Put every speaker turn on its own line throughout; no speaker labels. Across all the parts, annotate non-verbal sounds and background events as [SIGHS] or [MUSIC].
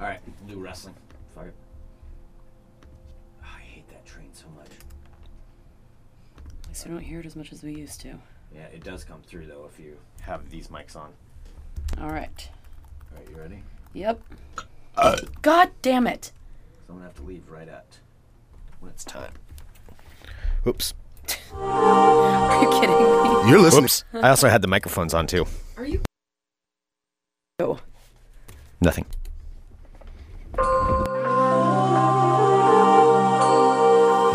All right, we'll do wrestling. Fuck it. Ah, I hate that train so much.
At least we don't hear it as much as we used to.
Yeah, it does come through though if you have these mics on.
All right.
All right, you ready?
Yep.
Uh.
God damn it. [LAUGHS]
So I'm gonna have to leave right at when it's time.
Oops.
Are you kidding me?
You're listening. Oops. I also had the microphones on too.
Are you? Oh.
Nothing.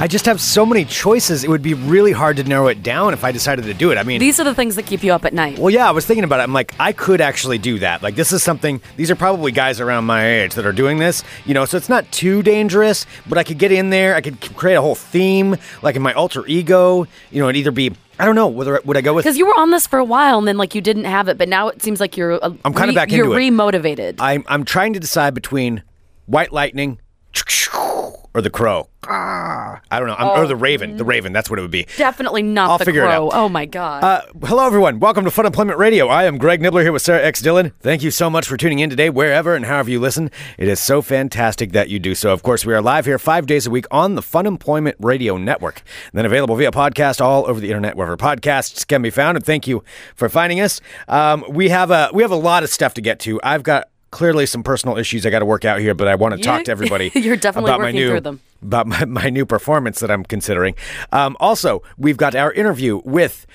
I just have so many choices. It would be really hard to narrow it down if I decided to do it. I mean,
These are the things that keep you up at night.
well, yeah, I was thinking about it. I'm like, I could actually do that. Like, this is something, these are probably guys around my age that are doing this, you know, so it's not too dangerous, but I could get in there. I could c- create a whole theme, like in my alter ego, you know, it'd either be, I don't know, whether would I go with.
Because you were on this for a while and then like you didn't have it, but now it seems like you're. uh,
I'm kinda
re-
back
You're
into it.
remotivated.
I'm I'm trying to decide between White Lightning or the Crow. Ah, I don't know. I'm, or the Raven. The Raven. That's what it would be.
Definitely not
I'll
the
figure it
crow.
out.
Oh my god.
Uh, hello, everyone. Welcome to Fun Employment Radio. I am Greg Nibbler here with Sarah X. Dillon. Thank you so much for tuning in today, wherever and however you listen. It is so fantastic that you do so. Of course, we are live here five days a week on the Fun Employment Radio Network, and then available via podcast all over the internet, wherever podcasts can be found. And thank you for finding us. Um, we have a we have a lot of stuff to get to. I've got clearly some personal issues I got to work out here, but I want to
You-
talk to
[LAUGHS]
everybody.
you're definitely
about
working
my new,
through them.
About my, my new performance that I'm considering. Um, also, we've got our interview with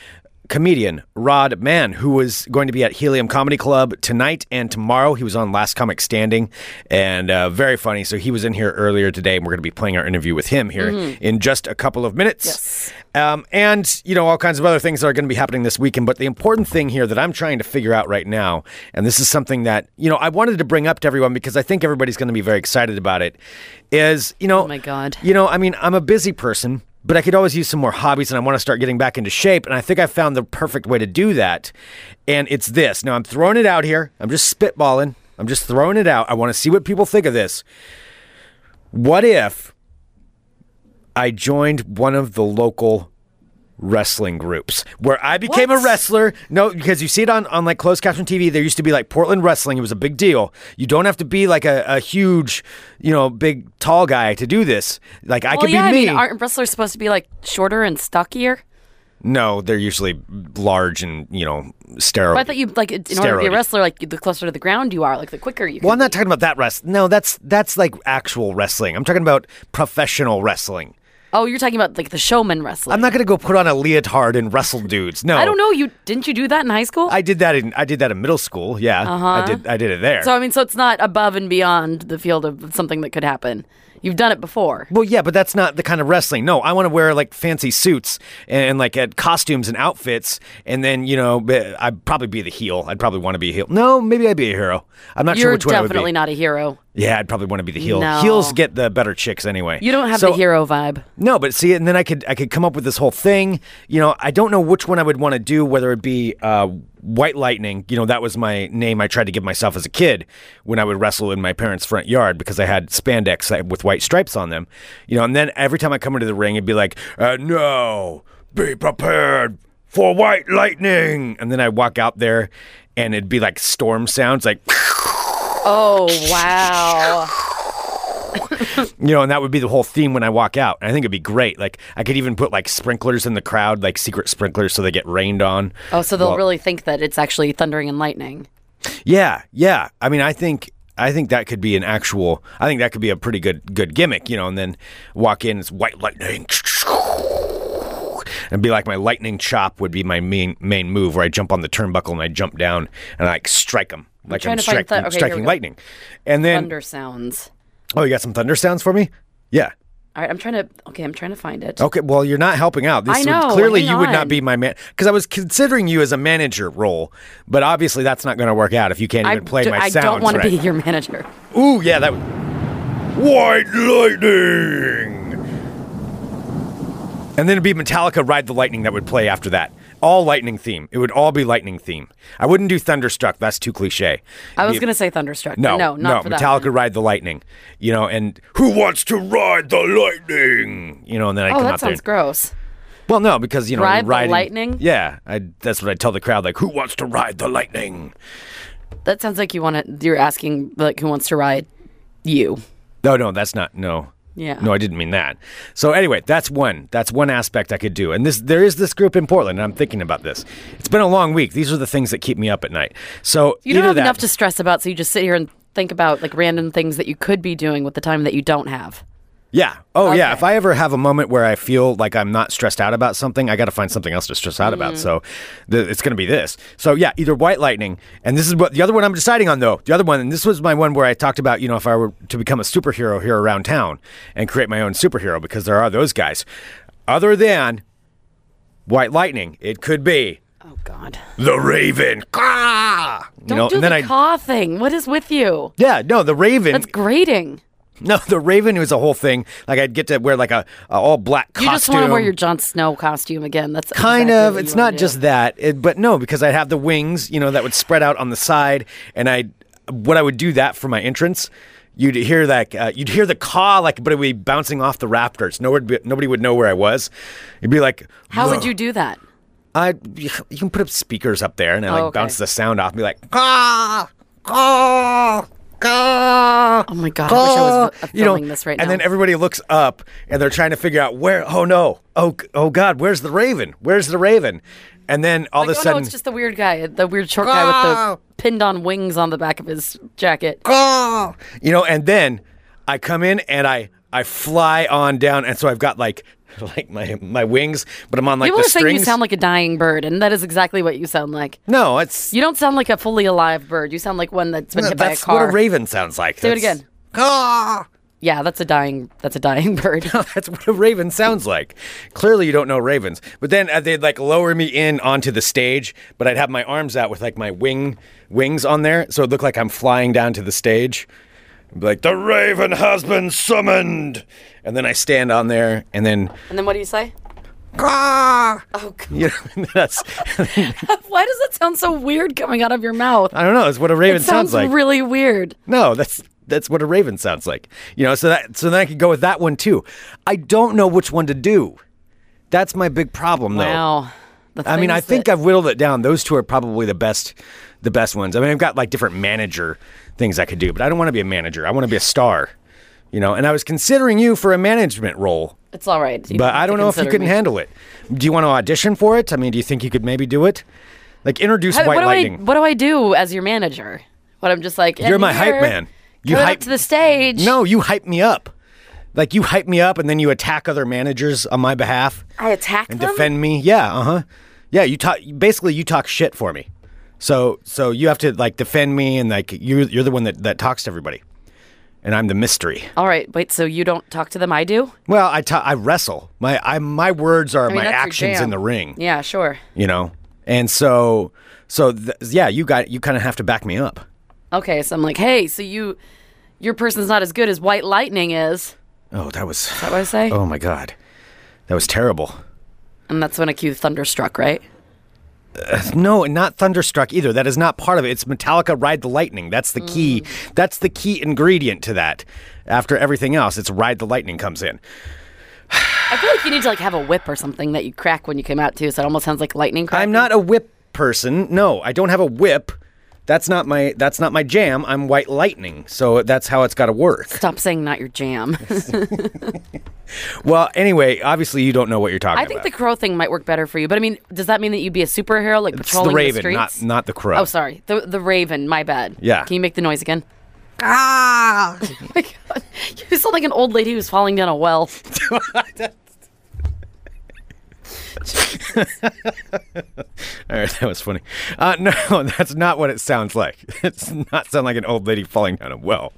comedian Rod Mann, who was going to be at Helium Comedy Club tonight and tomorrow. He was on Last Comic Standing and uh, very funny. So he was in here earlier today, and we're going to be playing our interview with him here in just a couple of minutes.
Yes.
Um, and, you know, all kinds of other things that are going to be happening this weekend. But the important thing here that I'm trying to figure out right now, and this is something that, you know, I wanted to bring up to everyone because I think everybody's going to be very excited about it, is, you know,
Oh my God.
you know, I mean, I'm a busy person, but I could always use some more hobbies and I want to start getting back into shape. And I think I found the perfect way to do that. And it's this. Now, I'm throwing it out here. I'm just spitballing. I'm just throwing it out. I want to see what people think of this. What if I joined one of the local wrestling groups where I became a
What?
wrestler? No, because you see it on, on like closed caption TV. There used to be like Portland wrestling. It was a big deal. You don't have to be like a, a huge, you know, big tall guy to do this. Like I
well,
could
yeah.
be
I
me.
mean, aren't wrestlers supposed to be like shorter and stockier?
no, they're usually large and you know sterile.
But I thought you like in order to be a
Steroidy.
wrestler, like the closer to the ground you are, like the quicker you.
Well, I'm
can
not talking about that wrestling. No, that's that's like actual wrestling. I'm talking about professional wrestling.
Oh, you're talking about like the showman wrestling.
I'm not going to go put on a leotard and wrestle dudes. No,
I don't know. You didn't you do that in high school?
I did that in I did that in middle school. Yeah, I did I did it there.
Uh-huh. so I mean, so it's not above and beyond the field of something that could happen. You've done it before.
well, yeah, but that's not the kind of wrestling. No, I want to wear like fancy suits and, like uh, costumes and outfits, and then you know b- I'd probably be the heel. I'd probably want to be a heel. No, maybe I'd be a hero. I'm not sure
You're
which one I would be.
definitely not a hero.
Yeah, I'd probably want to be the heel.
No.
Heels get the better chicks anyway.
You don't have
So-
the hero vibe.
No, but see, and then I could I could come up with this whole thing. You know, I don't know which one I would want to do. Whether it be uh, White Lightning, you know, that was my name I tried to give myself as a kid when I would wrestle in my parents' front yard because I had spandex uh, with white stripes on them. You know, and then every time I come into the ring, it'd be like, uh, "No, be prepared for White Lightning," and then I walk out there, and it'd be like storm sounds, like.
Oh wow!
You know, and that would be the whole theme when I walk out. And I think it'd be great. Like I could even put like sprinklers in the crowd, like secret sprinklers, so they get rained on.
Oh, so they'll
Well-
really think that it's actually thundering and lightning.
Yeah, yeah. I mean, I think I think that could be an actual. I think that could be a pretty good good gimmick. You know, and then walk in, it's white lightning. And be like my lightning chop would be my main main move where I jump on the turnbuckle and I jump down and I like strike them like
trying
I'm
to find
strike-
thu- okay, here we
striking
go.
lightning. And then
Thunder sounds.
oh, you got some thunder sounds for me? Yeah.
All right, I'm trying to. Okay, I'm trying to find it.
Okay, well, you're not helping out. This
I
would-
know,
clearly,
hang
you would
on.
not be my man because I was considering you as a manager role, but obviously that's not going to work out if you can't
I,
even play
do,
my
I
sounds.
don't want to
right.
be your manager.
Ooh, yeah, that. would- White lightning. And then it'd be Metallica, "Ride the Lightning" that would play after that, all lightning theme. It would all be lightning theme. I wouldn't do Thunderstruck. That's too cliche.
I was
It'd be-
gonna say Thunderstruck.
No,
but no, not for
no.
that
Metallica
one.
ride the lightning, you know, and who wants to ride the lightning? You know, and then I
Oh,
come
that
out there.
sounds gross.
Well, no, because you know,
Ride the
riding,
lightning?
Yeah, I, that's what I tell the crowd. Like, who wants to ride the lightning?
That sounds like you want to. You're asking like who wants to ride you.
No, no, that's not. No.
Yeah.
No, I didn't mean that. So anyway, that's one. That's one aspect I could do. And this there is this group in Portland, and I'm thinking about this. It's been a long week. These are the things that keep me up at night. So
You don't
either
have
that,
enough to stress about, so you just sit here and think about like random things that you could be doing with the time that you don't have.
Yeah. Oh yeah.
Okay.
If I ever have a moment where I feel like I'm not stressed out about something, I got to find something else to stress out
Mm-hmm.
about. So th- it's going to be this. So yeah, either white lightning, and this is what the other one I'm deciding on though. The other one, and this was my one where I talked about, you know, if I were to become a superhero here around town and create my own superhero because there are those guys. Other than white lightning, it could be
Oh God!
the Raven. Caw! You
Don't
know,
do
and then
the
I.
caw thing. What is with you?
yeah, no, the Raven.
That's grating.
[LAUGHS] No, the Raven was a whole thing. Like I'd get to wear like a, a all black costume.
You just want to wear your Jon Snow costume again. That's
kind
exactly
of
what you
it's
wanna
not
do.
just that it, but no because i'd have the wings you know that would spread out on the side and i what i would do that for my entrance you'd hear that uh, you'd hear the caw like but it would be bouncing off the rafters nobody would be, nobody would know where i was you'd be like
How would
"Whoa."
you do that?
i you can put up speakers up there and i like
Oh, okay.
bounce the sound off and be like caw caw caw
Oh my God! I wish I was uh,
you know,
filming this right now.
and then everybody looks up and they're trying to figure out where. Oh no! Oh g- oh God! Where's the raven? Where's the raven? And then all
Like,
of a
oh, no,
sudden,
it's just the weird guy, the weird short guy with the pinned-on wings on the back of his jacket.
"Caw!" you know. And then I come in and I I fly on down, and so I've got like [LAUGHS] like my my wings, but I'm on like
People
the
are
strings.
saying you sound like a dying bird, and that is exactly what you sound like.
no, it's
You don't sound like a fully alive bird. You sound like one that's been
no,
hit by a
that's
car.
what a raven sounds like.
Do it
That's-
again.
"Caw!"
Yeah, that's a dying. That's a dying [LAUGHS] bird.
[LAUGHS] That's what a raven sounds like. Clearly, you don't know ravens. But then uh, they'd like lower me in onto the stage, but I'd have my arms out with like my wing wings on there, so it looked like I'm flying down to the stage. I'd be like the raven has been summoned, and then I stand on there, and then
and then what do you say?
"Caw!"
Oh, God.
you know [LAUGHS] that's
[LAUGHS] why does that sound so weird coming out of your mouth?
I don't know. It's what a raven
It sounds
Uh, like.
really weird.
No, that's that's what a raven sounds like. You know, so that so then I could go with that one too. I don't know which one to do. That's my big problem though.
Wow. The
I mean, I
things
think
that-
I've whittled it down. Those two are probably the best, the best ones. I mean, I've got like different manager things I could do, but I don't want to be a manager. I want to be a star, you know. And I was considering you for a management role,
it's all right. You
but
have
I
to
don't know if you
consider
couldn't
me.
handle it. Do you want to audition for it? I mean, do you think you could maybe do it? Like introduce
How-
White
what do
Lightning.
I? What do I do as your manager? What I'm just like.
You're my
"And
hype
here,
man. You
coming
hype-
up to the stage.
No, you hype me up. Like you hype me up, and then you attack other managers on my behalf.
I attack
and
them?
defend me. Yeah, uh huh. Yeah, you talk. Basically, you talk shit for me. So so you have to like defend me, and like you you're the one that that talks to everybody, and I'm the mystery.
All right. Wait. So you don't talk to them. I do.
Well, I ta- I wrestle. My I my words are
I mean,
my
that's your
actions in
jam.
the ring.
Yeah. Sure.
You know, and so so th- yeah, you got you kind of have to back me up.
Okay. So I'm like, hey. So you, your person's not as good as White Lightning is. Is
Oh, that was
that what I say?
oh my god, that was terrible.
And that's when I cue thunderstruck, right?
No, and not Thunderstruck either. That is not part of it. It's Metallica Ride the Lightning. That's the key.
Mm.
That's the key ingredient to that. After everything else, it's Ride the Lightning comes in.
I feel like you need to like have a whip or something that you crack when you come out too. So it almost sounds like lightning. Cracking.
I'm not a whip person. No, I don't have a whip. That's not my that's not my jam. I'm White Lightning. So that's how it's got to work.
Stop saying not
[LAUGHS]
your jam.
Well, anyway, obviously you don't know what you're talking
I
about.
think the crow thing might work better for you. But I mean, does that mean that you'd be a superhero like
it's the
patrolling
Raven, not
streets?
not the Crow.
Oh, sorry. The the Raven. My bad.
Yeah.
Can you make the noise again? [LAUGHS] Ah! my God. You sound like an old lady who's falling down
[LAUGHS]
a well.
All right, [LAUGHS] that was funny. Uh, no, [LAUGHS] that's not what it sounds like. [LAUGHS] It's not sound like an old lady falling down a well.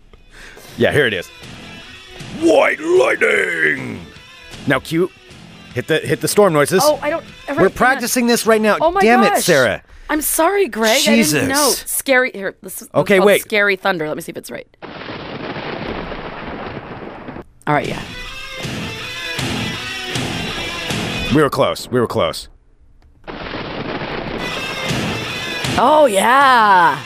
Yeah, here it is. White lightning. Now, cute. Hit the hit the storm noises.
Oh, I don't. all right,
We're
hang on.
practicing this right now.
Oh my
Damn it,
gosh.
Sarah.
I'm sorry, Greg. I
Jesus.
didn't know. Scary. Here, this is
Okay,
called
wait.
Scary thunder. Let me see if it's right. All right. Yeah.
We were close. We were close.
Oh yeah.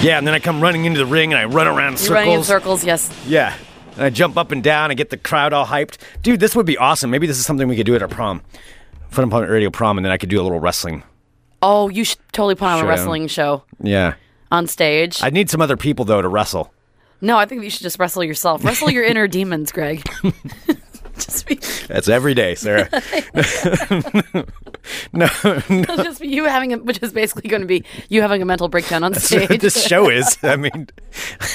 Yeah, and then I come running into the ring and I run around in circles.
You're running in circles. Yes.
Yeah. And I jump up and down and get the crowd all hyped. Dude, this would be awesome. Maybe this is something we could do at our prom. Fun Employment Radio prom, and then I could do a little wrestling.
Oh, you should totally put on
Should
a
I?
wrestling show
Yeah.
on stage.
I'd need some other people, though, to wrestle.
no, I think you should just wrestle yourself. Wrestle your
[LAUGHS]
inner demons, Greg. just be,
That's every day,
[LAUGHS]
Sarah. no,
just be you having, a, which is basically going to be you having a mental breakdown
[LAUGHS]
on
[LAUGHS]
stage.
this show is. I mean,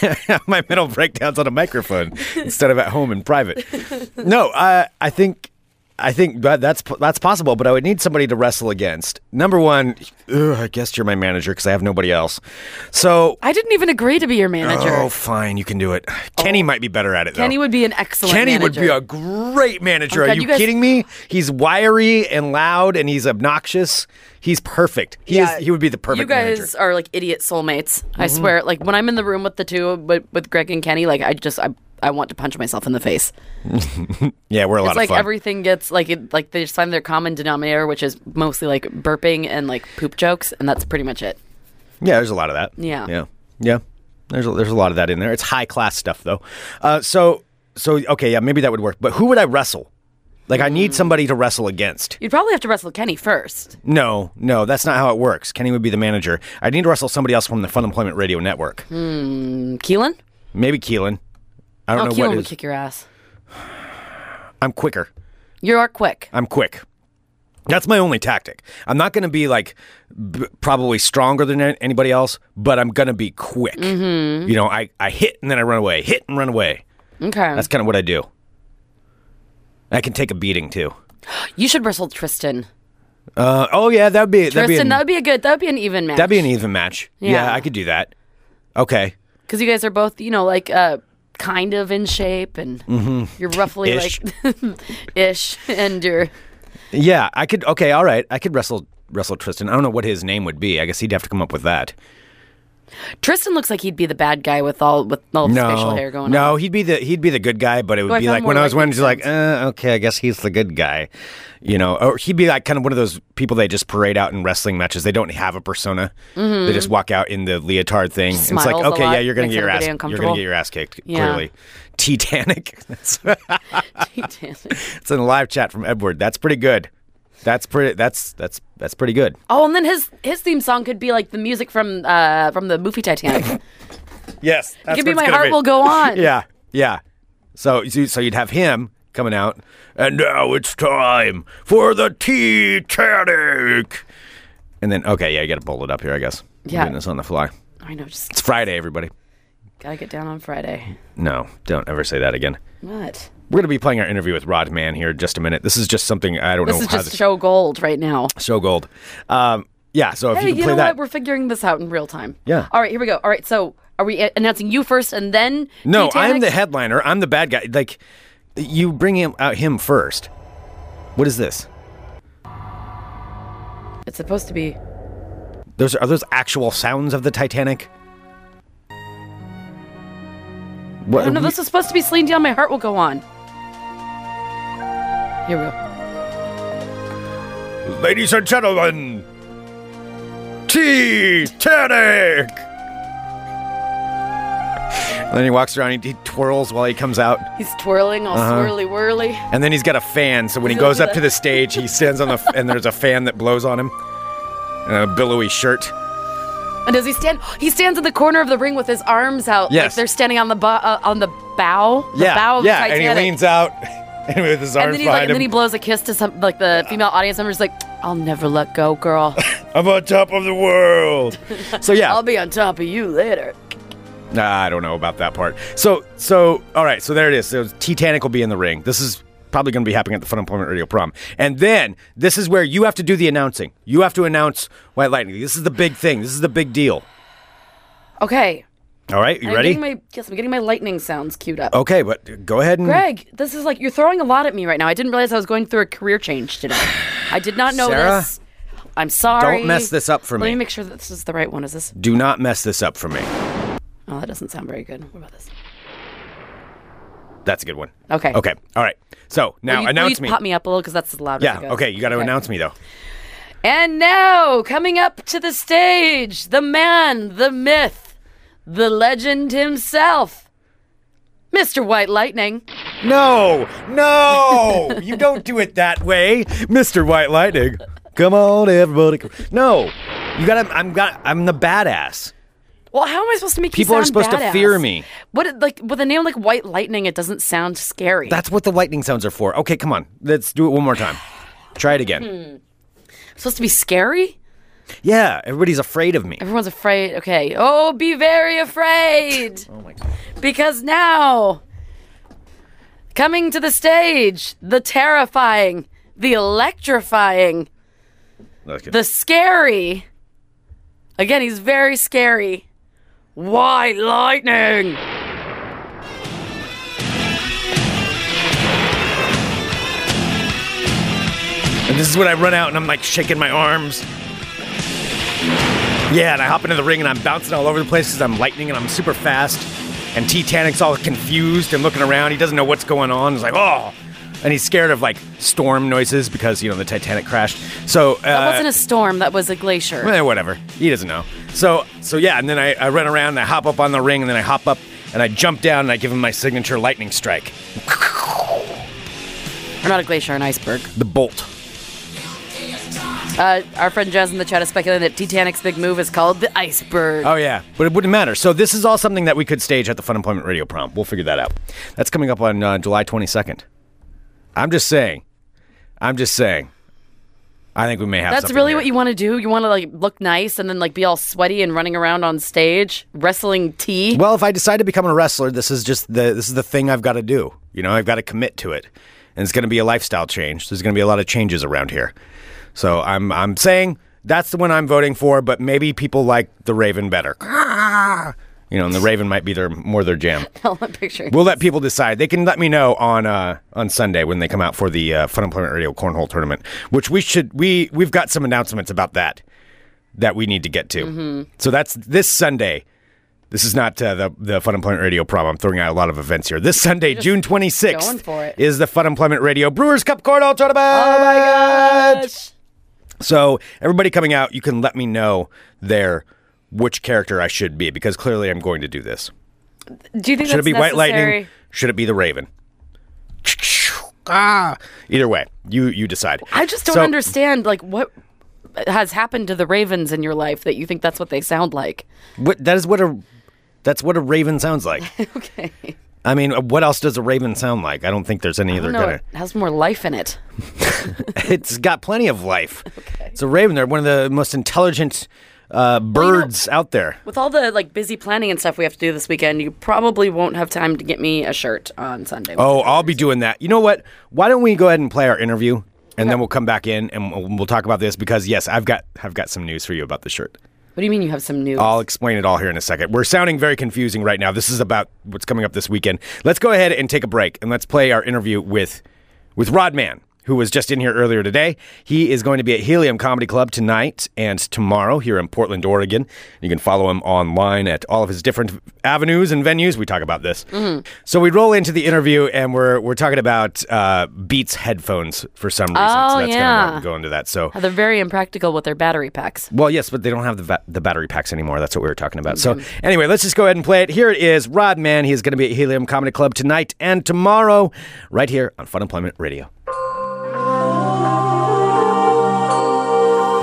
[LAUGHS] my mental breakdown's on a microphone instead of at home in private. No, I I think I think that that's that's possible, but I would need somebody to wrestle against. Number one, ugh, I guess you're my manager because I have nobody else. So,
I didn't even agree to be your manager. Oh.
oh, fine, you can do it. Kenny might be better at it.
Kenny
though.
would be an excellent
Kenny
manager.
would be a great manager.
Oh my
Are
God,
you,
you guys-
kidding me? He's wiry and loud, and he's obnoxious. He's perfect. He
Yeah.
is. He would be the perfect.
you guys
manager. Mm-hmm.
are like idiot soulmates. I swear. Like when I'm in the room with the two, but with Greg and Kenny, like I just I I want to punch myself in the face.
Yeah, we're a lot
It's
of
like
fun.
everything gets like it, like they just find their common denominator, which is mostly like burping and like poop jokes, and that's pretty much it.
Yeah, there's a lot of that.
Yeah.
yeah, yeah. There's a, there's a lot of that in there. It's high class stuff though. Uh, so so okay, yeah, maybe that would work. But who would I wrestle? Like I need somebody to wrestle against.
You'd probably have to wrestle Kenny first.
No, no, that's not how it works. Kenny would be the manager. I need to wrestle somebody else from the Fun Employment Radio Network.
Mm, Keelan?
Maybe Keelan. I
Oh,
don't know
Keelan
what
would
is.
kick your ass.
I'm quicker.
You are quick.
I'm quick. That's my only tactic. I'm not going to be like b- probably stronger than an- anybody else, but I'm going to be quick.
Mm-hmm.
You know, I, I hit and then I run away, hit and run away.
Okay.
That's kind of what I do. I can take a beating too.
you should wrestle Tristan.
Uh, oh yeah, that'd be that'd be
Tristan,
an,
that would be a good, that would be an even match.
that'd be an even match. Yeah.
Yeah.
I could do that. Okay,
because you guys are both, you know, like uh, kind of in shape and you're roughly
Mm-hmm. Ish.
like [LAUGHS] ish, and you're
yeah, I could. Okay, all right, I could wrestle wrestle Tristan. I don't know what his name would be. I guess he'd have to come up with that.
Tristan looks like he'd be the bad guy with all with all the
No,
facial hair going
no,
on. [LAUGHS]
he'd be the he'd be the good guy, but it would
I
be
found
like
more
when I
like
was when he's like, uh, okay, I guess he's the good guy, you know, or he'd be like kind of one of those people they just parade out in wrestling matches. They don't have a persona; they just walk out in the leotard thing. And it's like,
Mm-hmm. smiles a
okay,
lot,
yeah, you're gonna
makes
get your ass
everybody
you're gonna
uncomfortable.
get your ass kicked.
Yeah.
Clearly, [LAUGHS] Titanic. [LAUGHS] That's it's in the live chat from Edward. That's pretty good. That's pretty. That's that's that's pretty good.
oh, and then his his theme song could be like the music from uh from the
[LAUGHS]
movie Titanic. it
Yes, that's
could be
what it's
my
gonna
heart
[LAUGHS]
will go on.
Yeah, yeah. So so you'd have him coming out, and now it's time for the Titanic. And then okay, yeah, you got to bowl it up here, I guess. I'm
Yeah.
doing this on the fly.
I know, just
It's Friday, everybody.
gotta get down on Friday.
No, don't ever say that again.
What?
We're gonna be playing our interview with Rod Mann here in just a minute. This is just something I don't
This
know
is
how
just
this
show gold right now.
show gold. Um, yeah, so if
Hey,
you can
you
play
know
that,
what? We're figuring this out in real time.
Yeah.
All right, here we go. All right, so are we a- announcing you first and then?
no, I'm
Titanic?
the headliner. I'm the bad guy. Like you bring him out him first. What is this?
It's supposed to be.
Those are those actual sounds of the Titanic. What?
Oh no, this is supposed to be Celine Dion. My heart will go on. Here we go.
Ladies and gentlemen, Titanic. And then he walks around. He, he twirls while he comes out,
He's twirling all
Uh-huh.
swirly whirly.
and then he's got a fan. So when he
He's gonna
goes
do
up
that.
to the stage, he stands on the f- and there's a fan that blows on him, and a billowy shirt.
And does he stand? He stands in the corner of the ring with his arms out.
Yes.
Like they're standing on the bo- uh, on the bow. The
yeah,
Bow of
yeah,
the Titanic.
and he leans out, [LAUGHS] and with his
And
arms
then
behind
he's
him.
like, and then he blows a kiss to some like the female audience member's like, "I'll never let
[LAUGHS]
go, girl.
I'm on top of the
[LAUGHS]
world. So yeah,
I'll be on top of you later."
Nah, I don't know about that part. So, so all right. So there it is. So Titanic will be in the ring. This is probably going to be happening at the Fun Employment Radio Prom, and then this is where you have to do the announcing. You have to announce White Lightning. This is the big thing. This is the big deal.
Okay.
All right, you
I'm
ready? Oh.
Getting my, yes, I'm getting my lightning sounds queued up.
okay, but go ahead and
Greg, this is like you're throwing a lot at me right now. I didn't realize I was going through a career change today. I did not
[SIGHS]
know
Sarah,
this. I'm sorry.
don't mess this up for
Let
me.
me make sure that this is the right one. Is this?
do not mess this up for me.
Oh, that doesn't sound very good. What about this?
That's a good one.
Okay.
Okay. All right. So now
you,
announce
please
me.
pop me up a little because that's loud.
yeah. Okay. You got to announce me though.
And now, coming up to the stage, the man, the myth, the legend himself, Mr. White Lightning.
No, no, you don't do it that way, Mister White Lightning. Come on, everybody. No, you got. to I'm got. I'm the badass.
Well, how am I supposed to make you
People are
sound
supposed to
badass?
fear me.
What like with a name like White Lightning, it doesn't sound scary.
That's what the lightning sounds are for. Okay, come on. Let's do it one more time. Try it
Hmm.
again.
It's supposed to be scary.
Yeah, everybody's afraid of me.
Everyone's afraid. Okay. Oh, be very afraid. [LAUGHS] oh my god. Because now, coming to the stage, the terrifying, the electrifying,
Okay.
the scary. Again, he's very scary. White lightning.
And this is when I run out and I'm like shaking my arms. Yeah, and I hop into the ring and I'm bouncing all over the place because I'm lightning and I'm super fast. And Titanic's all confused and looking around. He doesn't know what's going on. He's like, oh. And he's scared of like storm noises because, you know, the Titanic crashed. So, uh,
That wasn't a storm. That was a glacier. [LAUGHS]
eh, whatever. He doesn't know. So, so yeah, and then I, I run around and I hop up on the ring and then I hop up and I jump down and I give him my signature lightning strike
Or not a glacier, an iceberg.
the bolt.
Uh, our friend Jazz in the chat is speculating that Titanic's big move is called the iceberg.
Oh yeah, but it wouldn't matter. So this is all something that we could stage at the Fun Employment Radio Prom. We'll figure that out. That's coming up on uh, July 22nd. I'm just saying. I'm just saying. I think we may have.
That's
something
really
here.
what you want to do. You want to like look nice and then like be all sweaty and running around on stage wrestling tea.
Well, if I decide to become a wrestler, this is just the this is the thing I've got to do. You know, I've got to commit to it, and it's going to be a lifestyle change. There's going to be a lot of changes around here. So I'm I'm saying that's the one I'm voting for. But maybe people like the Raven better. [LAUGHS] You know, and the Raven might be their more their jam.
[LAUGHS] All I'm picturing.
We'll let people decide. They can let me know on uh, on Sunday when they come out for the uh, Fun Employment Radio Cornhole Tournament, which we should we we've got some announcements about that that we need to get to. So that's this Sunday. This is not uh, the the Fun Employment Radio prom. I'm throwing out a lot of events here. This Sunday, June
going
26th,
for it.
is the Fun Employment Radio Brewers Cup Cornhole Tournament. Oh my god! So everybody coming out, you can let me know there which character I should be because clearly I'm going to do this.
do you think
Should it
that's
be White
necessary?
Lightning? Should it be the Raven? Ah, either way, you you decide.
I just don't
So-
understand like what has happened to the Ravens in your life that you think that's what they sound like.
What, that is what a that's what a Raven sounds like. [LAUGHS]
Okay.
I mean, what else does a Raven sound like? I don't think there's any other
No,
kind
it has more life in it.
of. [LAUGHS] It's got plenty of
[LAUGHS]
life. It's a Raven. They're one of the most intelligent uh, birds out there.
With all the like busy planning and stuff we have to do this weekend, you probably won't have time to get me a shirt on Sunday.
Oh, I'll be doing that. You know what? Why don't we go ahead and play our interview, and then we'll come back in and we'll, we'll talk about this because yes, I've got I've got some news for you about the shirt.
What do you mean you have some news?
I'll explain it all here in a second. We're sounding very confusing right now. This is about what's coming up this weekend. Let's go ahead and take a break and let's play our interview with with Rodman, who was just in here earlier today. He is going to be at Helium Comedy Club tonight and tomorrow here in Portland, Oregon. You can follow him online at all of his different avenues and venues. We talk about this.
Mm-hmm.
So we roll into the interview and we're we're talking about uh, Beats headphones for some reason. so that's
Oh,
kind
yeah.
of why I'm going to that. So
Uh, They're very impractical with their battery packs.
well, yes, but they don't have the, va- the battery packs anymore. That's what we were talking about. So,
Mm-hmm.
anyway, let's just go ahead and play it. Here it is Rodman. He is going to be at Helium Comedy Club tonight and tomorrow, right here on Fun Employment Radio.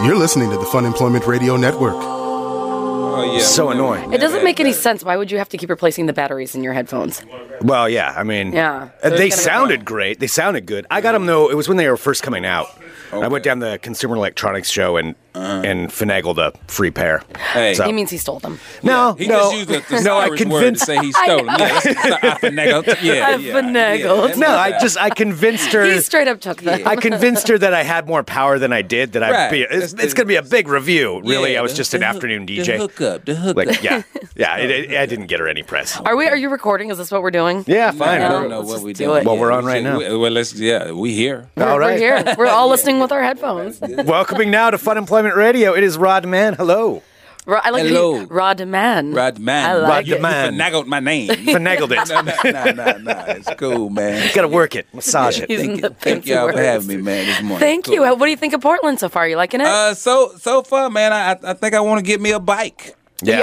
You're listening to the Fun Employment Radio Network.
Oh yeah.
So annoying.
It doesn't make
uh,
any sense. Why would you have to keep replacing the batteries in your headphones?
Well, yeah, I mean,
Yeah.
uh,
So it's
they
gotta be
sounded great. They sounded good. I got them, though, it was when they were first coming out. I went down the Consumer Electronics Show and and finagled a free pair.
Uh-huh. Hey.
So-
He means he stole them.
no,
He
no,
just used the, the
no. [LAUGHS] I
Irish word to
convinced.
say he stole him. Yeah, that's, that's, I finagled. Yeah,
I
yeah,
finagled.
Yeah,
[LAUGHS] No,
[LAUGHS]
I just I convinced her.
He straight up took them.
I convinced her that I had more power than I did. That I'd
Right.
be. It's,
That's
it's going to be a big review. Really,
Yeah,
I was
the-
just an
the hook-
afternoon
The
DJ.
hookup. The hookup.
Like, yeah, yeah. It, it- I didn't get her any press.
Are we? Are you recording? Is this what we're doing?
Yeah,
I
fine.
don't
No,
know
let's
what
just
we
do
do.
it.
doing.
Well,
Yeah,
we're on
we
right
should-
now.
we- well, let's. Yeah,
[LAUGHS]
we here.
We're,
All
we're
right.
here. We're all listening with our headphones.
Welcoming now to Fun Employment Radio. It is Rod Mann. Hello.
Ro- I like
Hello.
Rodman.
Rodman.
I like it.
Rodman.
Finagled my
[LAUGHS]
name.
Finagled it.
[LAUGHS] nah, nah, nah, nah, nah. It's cool, man.
Gotta work it, massage it.
Using
Thank,
the
you, thank
fancy
y'all for
words.
having me, man. This morning.
Thank
Cool.
you. What do you think of Portland so far? You liking it?
Uh, so so far, man, I I- I think I want to get me a bike.
[LAUGHS] Yeah.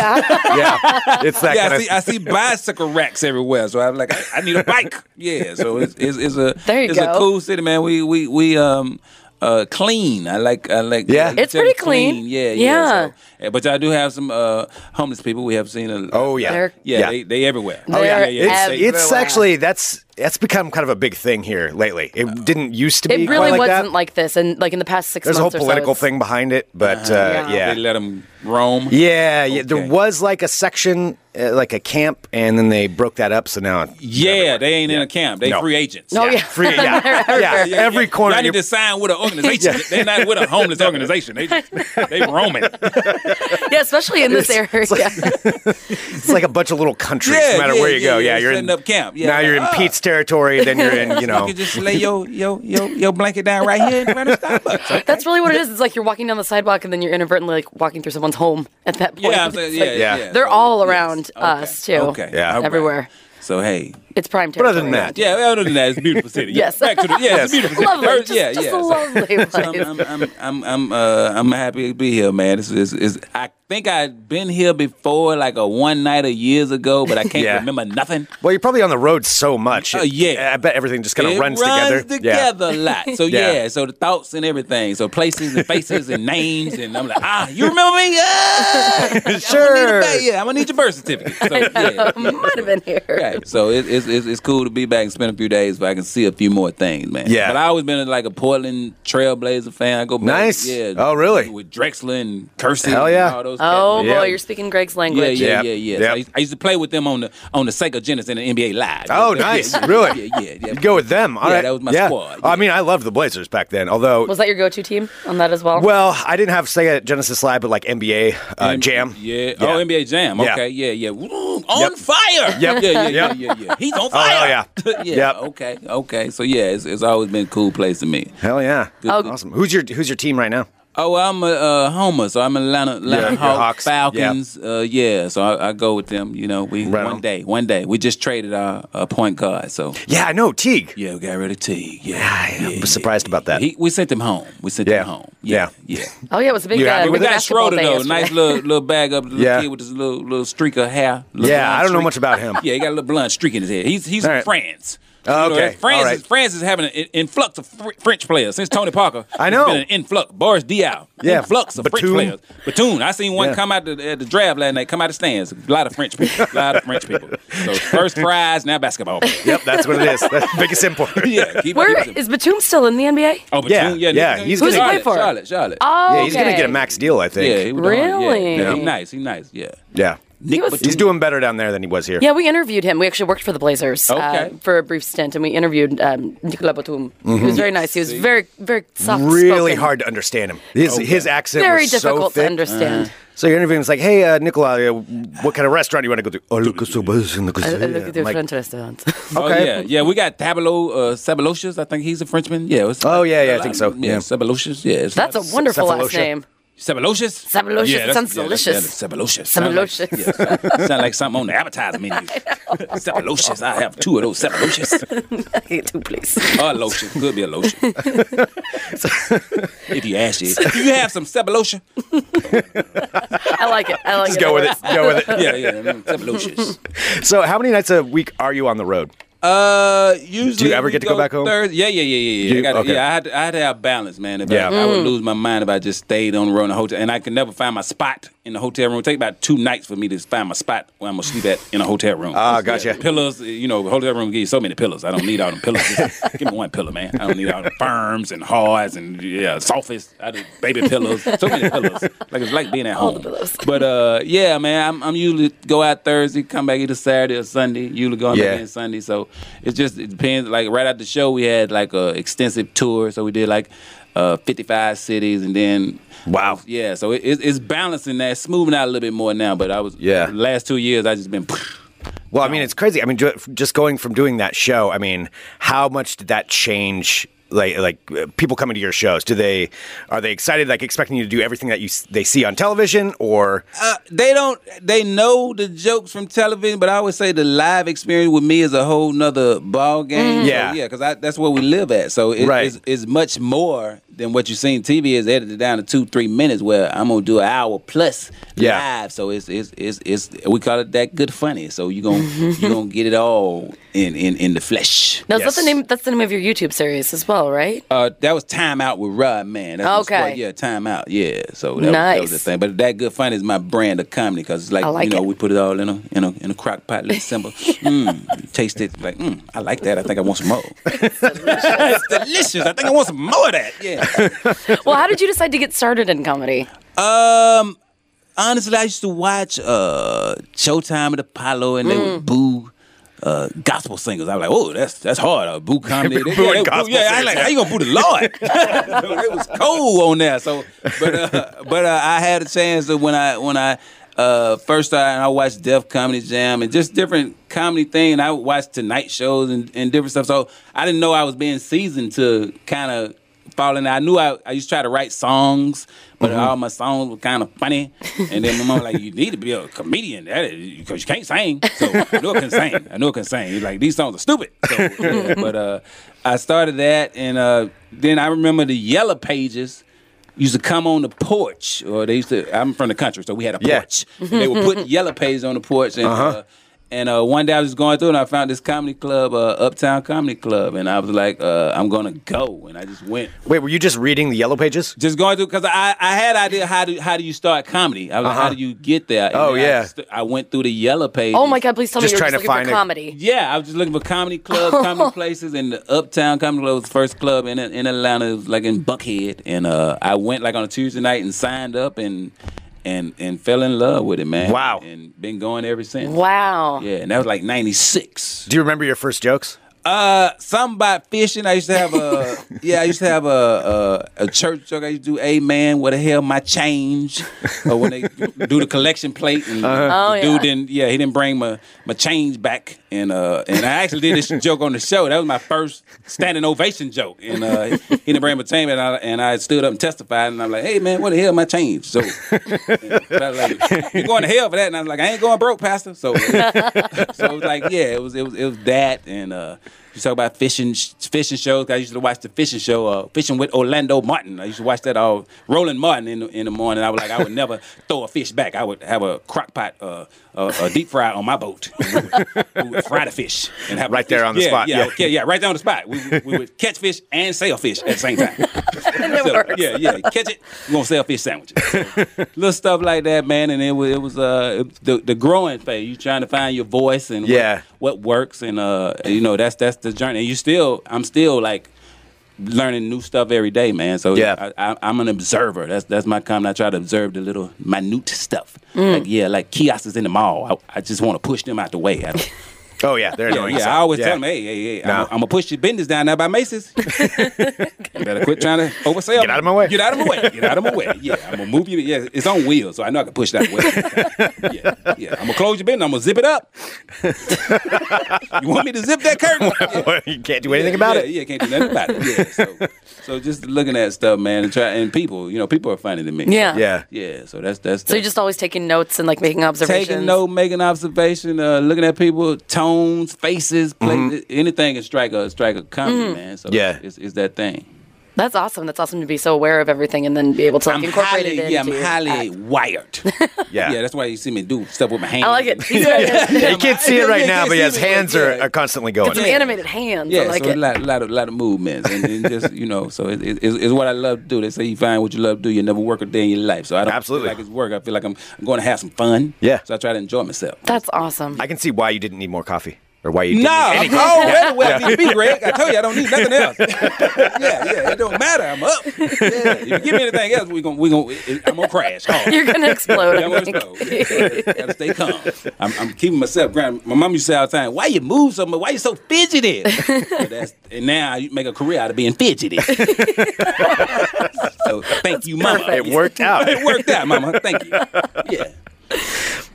Yeah. It's that
[LAUGHS] Yeah,
kind
I
of
see,
[LAUGHS]
I see bicycle racks everywhere, so I'm like, I, I need a bike. Yeah, so it's, it's, it's a
There you
it's
go.
a cool city, man. We we we um uh clean. I like I like
Yeah.
I like
It's
to have
pretty
it
clean.
Yeah,
Yeah.
yeah. so- yeah, but I do have some uh homeless people. We have seen a
Oh yeah.
They're-
yeah,
Yeah.
They, they everywhere.
Oh, yeah. They're
It's,
everywhere.
it's actually that's that's become kind of a big thing here lately. It didn't used to be
it really
quite like
wasn't
that.
like this, and like in the past six
There's a whole
months or so,
political
it's-
thing behind it, but uh,
Yeah.
yeah.
They let them roam.
Yeah, yeah, there
Okay.
was like a section, uh, like a camp, and then they broke that up. So now,
Yeah, they ain't in a camp. They
No.
[LAUGHS] free agents.
No, Oh, yeah.
free,
[LAUGHS]
yeah, yeah, every corner.
Y'all need
you're-
to sign with an
[LAUGHS]
organization. They're not with a homeless organization. They just, they roaming.
[LAUGHS] yeah, especially in this area.
It's like a bunch of little countries, no matter where you go. Yeah, you're in
setting up camp. Yeah,
now you're in
like, oh,
Pete's territory, then you're in, you know,
[LAUGHS] You can just lay your your your your blanket down right here in front of Starbucks. Okay.
[LAUGHS] That's really what it is. It's like you're walking down the sidewalk, and then you're inadvertently like walking through someone's home at that point.
[LAUGHS] yeah, I'm
[LAUGHS]
saying,
It's
yeah,
like-
yeah,
yeah.
They're
So,
all
yes.
around
Okay,
us, too.
Okay,
Yeah.
all right.
Everywhere.
So hey,
It's prime
But
territory.
other than that,
yeah, well, other than that, it's a beautiful city.
[LAUGHS]
Yeah,
Yes.
back to the, yeah, it's a beautiful city.
Lovely.
First-
Just, just a
[LAUGHS]
lovely place.
I'm, I'm, I'm, I'm, I'm, uh, I'm happy to be here, man. This is, is I think I'd been here before, like a one nighter years ago, but I can't
Yeah.
remember nothing.
well, you're probably on the road so much.
Oh,
it-
yeah.
I bet everything just kind of
it
runs, together.
together a lot.
[LAUGHS]
So
Yeah.
yeah. so the thoughts and everything, so places and faces and names, and I'm like, ah, you remember me? Ah!" [LAUGHS] Yeah,
Sure.
I'm gonna need a, yeah, I'm gonna need your birth certificate. So, [LAUGHS] yeah.
[LAUGHS] might have been here.
Okay, so it, it's, it's it's cool to be back and spend a few days, but I can see a few more things, man.
Yeah.
but I always been like a Portland Trailblazer fan. I go back,
Nice.
yeah.
Oh, really?
With Drexler and Kersey,
Hell yeah.
and all those.
Oh
cats.
Yeah.
boy, you're speaking Greg's
Yeah,
language.
yeah,
Yep.
yeah, yeah.
Yep.
So I, used, I used to play with them on the on the Sega Genesis in the NBA Live.
Oh,
Yeah,
nice.
yeah,
Really?
Yeah, yeah. yeah.
You go with them. All
Yeah,
right.
that was my squad,
I
yeah.
mean, I loved the Blazers back then, although.
Was that your go-to team on that as well?
well, I didn't have Sega Genesis Live, but like NBA uh, Jam.
Yeah. Oh, NBA Jam.
Yeah.
Okay. Yeah. Yeah. Woo, on
Yep.
fire.
Yep.
Yeah. Yeah.
Yep.
Yeah. Yeah. Yeah. He's on
Oh, hell
fire.
yeah.
[LAUGHS] yeah.
Yep.
Okay. Okay. So yeah, it's, it's always been a cool place to me.
Hell yeah.
Oh.
Awesome. Who's your Who's your team right now?
Oh, well, I'm a uh, Homer, so I'm Atlanta, Atlanta
Yeah, Hawks,
Hawks, Falcons. Uh, yeah. So I, I go with them. You know, we
Right
one
on.
day, one day, we just traded our, our point guard. So
Yeah, I know Teague.
yeah, we got rid of T. Yeah.
I'm surprised about that.
He, we sent him home. We sent
Yeah.
him home. Yeah. Yeah.
Oh yeah, it was a big.
Yeah, I
uh,
mean,
We
With
got
basketball
Schroeder
day
though,
yesterday.
nice little little bag up, little
Yeah.
kid with his little little streak of hair. little
yeah,
blonde
I don't know
streak.
much about him.
[LAUGHS] Yeah, he got a little blonde streak in his head. He's he's
All
from
right.
France.
Oh,
You know,
okay.
France,
All right.
is, France is having an in- influx of fr- French players since Tony Parker.
[LAUGHS] I
It's
know.
been an influx. Boris Diaw.
Yeah.
influx of
Batum.
French players. Batum. I seen one
Yeah.
come out the, at the draft last night. Come out of stands. A lot of French people. A lot of French people. So first prize now
[LAUGHS]
basketball.
Yep, that's what it is. That's the biggest [LAUGHS] import.
yeah, keep,
Where
keep it-
is Batum still in the NBA?
Oh, Batum,
Yeah,
yeah,
yeah,
nigga,
he's
Who's he
Charlotte,
playing for?
Charlotte, Charlotte.
Oh,
Yeah, he's gonna
okay.
get a max deal, I
yeah, he
think.
was the one, yeah.
Really?
Yeah, he nice. He nice. Yeah.
Yeah,
Nick
was-
Batum.
he's doing better down there than he was here.
Yeah, we interviewed him. We actually worked for the Blazers uh,
Okay.
for a brief stint, and we interviewed um, Nicolas Batum. He was very nice. He was very, very soft.
Mm-hmm. Really hard to understand him. His his accent
Very
was so Uh,
difficult
thick.
to understand. Uh,
So you're interviewing. It's like, hey, uh, Nicola, uh, what kind of restaurant do you want to go to? Oh, look, it's so busy, look, it's-
I- I look at the
I'm like,
French restaurants.
Okay.
Oh, yeah, yeah. We got Tablo uh, Sabalocious. I think he's a Frenchman. Yeah. It's,
Oh, yeah, yeah, I
a lot
think
of-
so,
Yeah,
yeah.
Sabalocious. Yeah. it's
That's a
not-
wonderful last
Cephalosha.
name. [LAUGHS]
Sabalocious.
Sabalocious, it
that's-
sounds
that's-
delicious.
yeah, Sabalocious. Sound like-
Sabalocious.
yeah, sound- Sound like something on the appetizer
[LAUGHS]
menu. Sabalocious. I have two of those Sabalocious.
Two, please.
or lotion. Could be a
[LAUGHS]
lotion. if you ask it. Do you have some Sabalocious?
I like it. I like
Just
it.
go with it. Go with
Yeah, yeah. mm, Sabalocious.
it.
[LAUGHS]
So, how many nights a week are you on the road?
Uh, usually.
Do you ever
we
get to go back home?
Thursday. Yeah, yeah, yeah, yeah. yeah.
You-
I gotta,
okay.
yeah, I had, to, I had to have balance, man. If
Yeah.
I, I would lose my mind if I just stayed on the road in a hotel, and I could never find my spot in the hotel room. It take about two nights for me to find my spot where I'm gonna sleep at in a hotel room.
Ah,
Yeah,
gotcha.
pillows, you know, hotel room give you so many pillows. I don't need all them pillows.
[LAUGHS]
Just give me one pillow, man. I don't need all the firms and hards and yeah, softest. I do baby pillows. So many pillows. Like it's like being at home.
pillows.
But uh, yeah, man, I'm, I'm usually go out Thursday, come back either Saturday or Sunday. Usually go
Yeah.
back in Sunday. So it just it depends. Like right after the show, we had like a extensive tour. So we did like uh, 55 cities, and then
Wow.
yeah. So it, it's it's balancing that, smoothing out a little bit more now. But I was
Yeah.
Last two years, I just been.
Well, I mean, it's crazy. I mean, ju- just going from doing that show, I mean, how much did that change like like uh, people coming to your shows? Do they are they excited, like expecting you to do everything that you s- they see on television, or
they don't they know the jokes from television, but I always say the live experience with me is a whole nother ball game. So,
Yeah.
yeah, because that's where we live at. So it,
Right.
it's, it's much more than what you see in TV is edited down to two three minutes. Where I'm gonna do an hour plus
Yeah.
live. So it's it's it's it's we call it that good funny. So you gonna you gonna get it all in in in the flesh.
Now, is that the
Yes.
name? That's the name of your YouTube series as well, right? [LAUGHS]
Uh, that was time out with Rod Man. That's what's
Okay.
called- yeah, time out. Yeah. So that, was- that was the
Nice.
thing. But that good fun is my brand of comedy because it's like,
I like
you know
it.
we put it all in a in a in a crock pot, little
[LAUGHS]
symbol. mm, you taste it like mm, I like that. I think I want some more. [LAUGHS] it's delicious. I think I want some more of that. Yeah.
well, how did you decide to get started in comedy?
Um. Honestly, I used to watch uh Showtime at Apollo, and they
Mm.
would boo. Uh, gospel singers. I'm like, oh, that's that's hard. Uh,
[LAUGHS]
boo comedy. They- yeah,
Booing
they-
gospel
yeah, I
singers,
like, how you gonna boo the Lord? [LAUGHS] it was cold on there. So, but uh, but uh, I had a chance that when I when I uh, first started, and I watched Def Comedy Jam and just different comedy thing. And I watched Tonight shows and, and different stuff. So I didn't know I was being seasoned to kind of fall in. I knew I, I used to try to write songs, but all my songs were kind of funny. And then my mom was like, "You need to be a comedian, because you can't sing." So I knew I can sing. I knew I can sing. He's like, "These songs are stupid." So, yeah, but uh, I started that, and uh, then I remember the Yellow Pages used to come on the porch, or they used to. I'm from the country, so we had a
Yeah. Uh-huh.
porch. And they would
[LAUGHS]
put yellow pages on the porch, and uh and uh, one day I was just going through, and I found this comedy club, uh, Uptown Comedy Club, and I was like, uh, I'm gonna go, and I just went
wait, were you just reading the yellow pages?
just going through because I, I had idea how do how do you start comedy? I was like, how do you get there? And
Uh-huh. Oh,
then I
yeah.
just- I, went through the yellow page.
Oh my God! Please tell
Just
me you're
trying
just
to
looking
find
for
a-
comedy.
Yeah, I was just looking for comedy clubs, comedy places, and the Uptown Comedy Club was the first club in in Atlanta, it was like in Buckhead, and uh, I went like on a Tuesday night and signed up and and and fell in love with it, man.
Wow.
and been going ever since.
Wow.
Yeah, and that was like '96.
Do you remember your first jokes?
Uh, something about fishing. I used to have a yeah. I used to have a a, a church joke. I used to do, "Hey man, what the hell, my change?" Or when they do the collection plate and
Oh,
the dude
yeah.
didn't yeah he didn't bring my my change back and uh and I actually did this joke on the show. That was my first standing ovation joke and uh he didn't bring my change and I and I stood up and testified and I'm like, "Hey man, what the hell, my change?" So and I was like, "You going to hell for that?" And I was like, "I ain't going broke, pastor." So. [LAUGHS] So it was like, yeah, it was it was it was that, and uh, you talk about fishing sh- fishing shows. I used to watch the fishing show, uh, fishing with Orlando Martin. I used to watch that all Roland Martin in the, in the morning. I was like, I would
[LAUGHS]
never throw a fish back. I would have a crock pot, uh, uh, a deep fry on my boat. We would, we would fry the fish and have
Right there on the
yeah,
spot,
Yeah,
yeah.
okay, yeah, right there on the spot. We, would- we would catch fish and sell fish at the
[LAUGHS]
same time.
And it
So,
works.
Yeah, yeah. Catch it. We're gonna sell fish sandwiches. So, little stuff like that, man. And it was it was uh it- the the growing phase. You trying to find your voice and what-
Yeah.
what, works and uh you know that's that's the journey. And you still I'm still like learning new stuff every day, man. So
Yeah.
I, I, I'm an observer. That's that's my comment. I try to observe the little minute stuff.
Mm.
Like yeah, like kiosks in the mall. I, I just want to push them out the way. I don't-
Oh yeah, they're
yeah,
annoying.
yeah,
so-
I always
yeah.
tell them, hey, hey, hey,
Nah.
I'm, I'm gonna push your business down there by
[LAUGHS]
Macy's. you better quit trying to oversell.
Get out of
me.
my way.
Get out of my way. Get out of my way. Yeah, I'm gonna move you. Yeah, it's on wheels, so I know I can push
[LAUGHS]
that way. yeah, yeah. I'm gonna close your business. I'm gonna zip it up. you want me to zip that curtain? Yeah.
you can't do [LAUGHS] anything about
yeah,
it.
Yeah, can't do nothing about it. Yeah. So, so just looking at stuff, man, and try and people, you know, people are funny to me.
Yeah.
Yeah.
Yeah. So that's that's.
So you're
that's-
just always taking notes and like making observations.
taking note, making observation, uh, looking at people, tones, faces, play,
Mm-hmm.
anything can strike a strike a comedy, man. So
Yeah.
it's, it's that thing.
That's awesome. That's awesome to be so aware of everything and then be able to like, incorporate
highly,
it into
yeah, I'm
your
highly
act. [LAUGHS]
wired.
Yeah.
that's why you see me do stuff with my hands.
I like it.
[LAUGHS]
He's
Yeah,
got
You can't see it
yeah,
right
yeah,
now,
can't
but
see
his
it,
hands
yeah.
are, are constantly going.
some
Yeah.
animated hands.
Yeah,
I like
so
it.
a lot, lot of, lot of movements, and, and just you know, so it, it, it's, it's what I love to do. They say you find what you love to do, you never work a day in your life. So I don't
Absolutely.
feel like it's work. I feel like I'm, I'm going to have some fun.
Yeah.
so I try to enjoy myself.
That's awesome.
I can see why you didn't need more coffee or why you didn't.
No,
need
I'm [LAUGHS]
any-
already where I need to be, Greg. I told you I don't need
[LAUGHS]
nothing else. yeah, yeah, it don't matter. I'm up. Yeah. If you give me anything else, we gon' we gon' I'm gonna crash.
[LAUGHS]
Hard.
You're gonna explode.
Yeah, I'm
I
gonna
think.
explode.
[LAUGHS]
Yeah, Gotta stay calm. I'm, I'm keeping myself grounded. My mom used to say all the time, "Why you move so much? Why you so fidgety?" But that's, and now I make a career out of being fidgety. so thank you, mama.
It worked out.
it worked out, mama. Thank you. Yeah.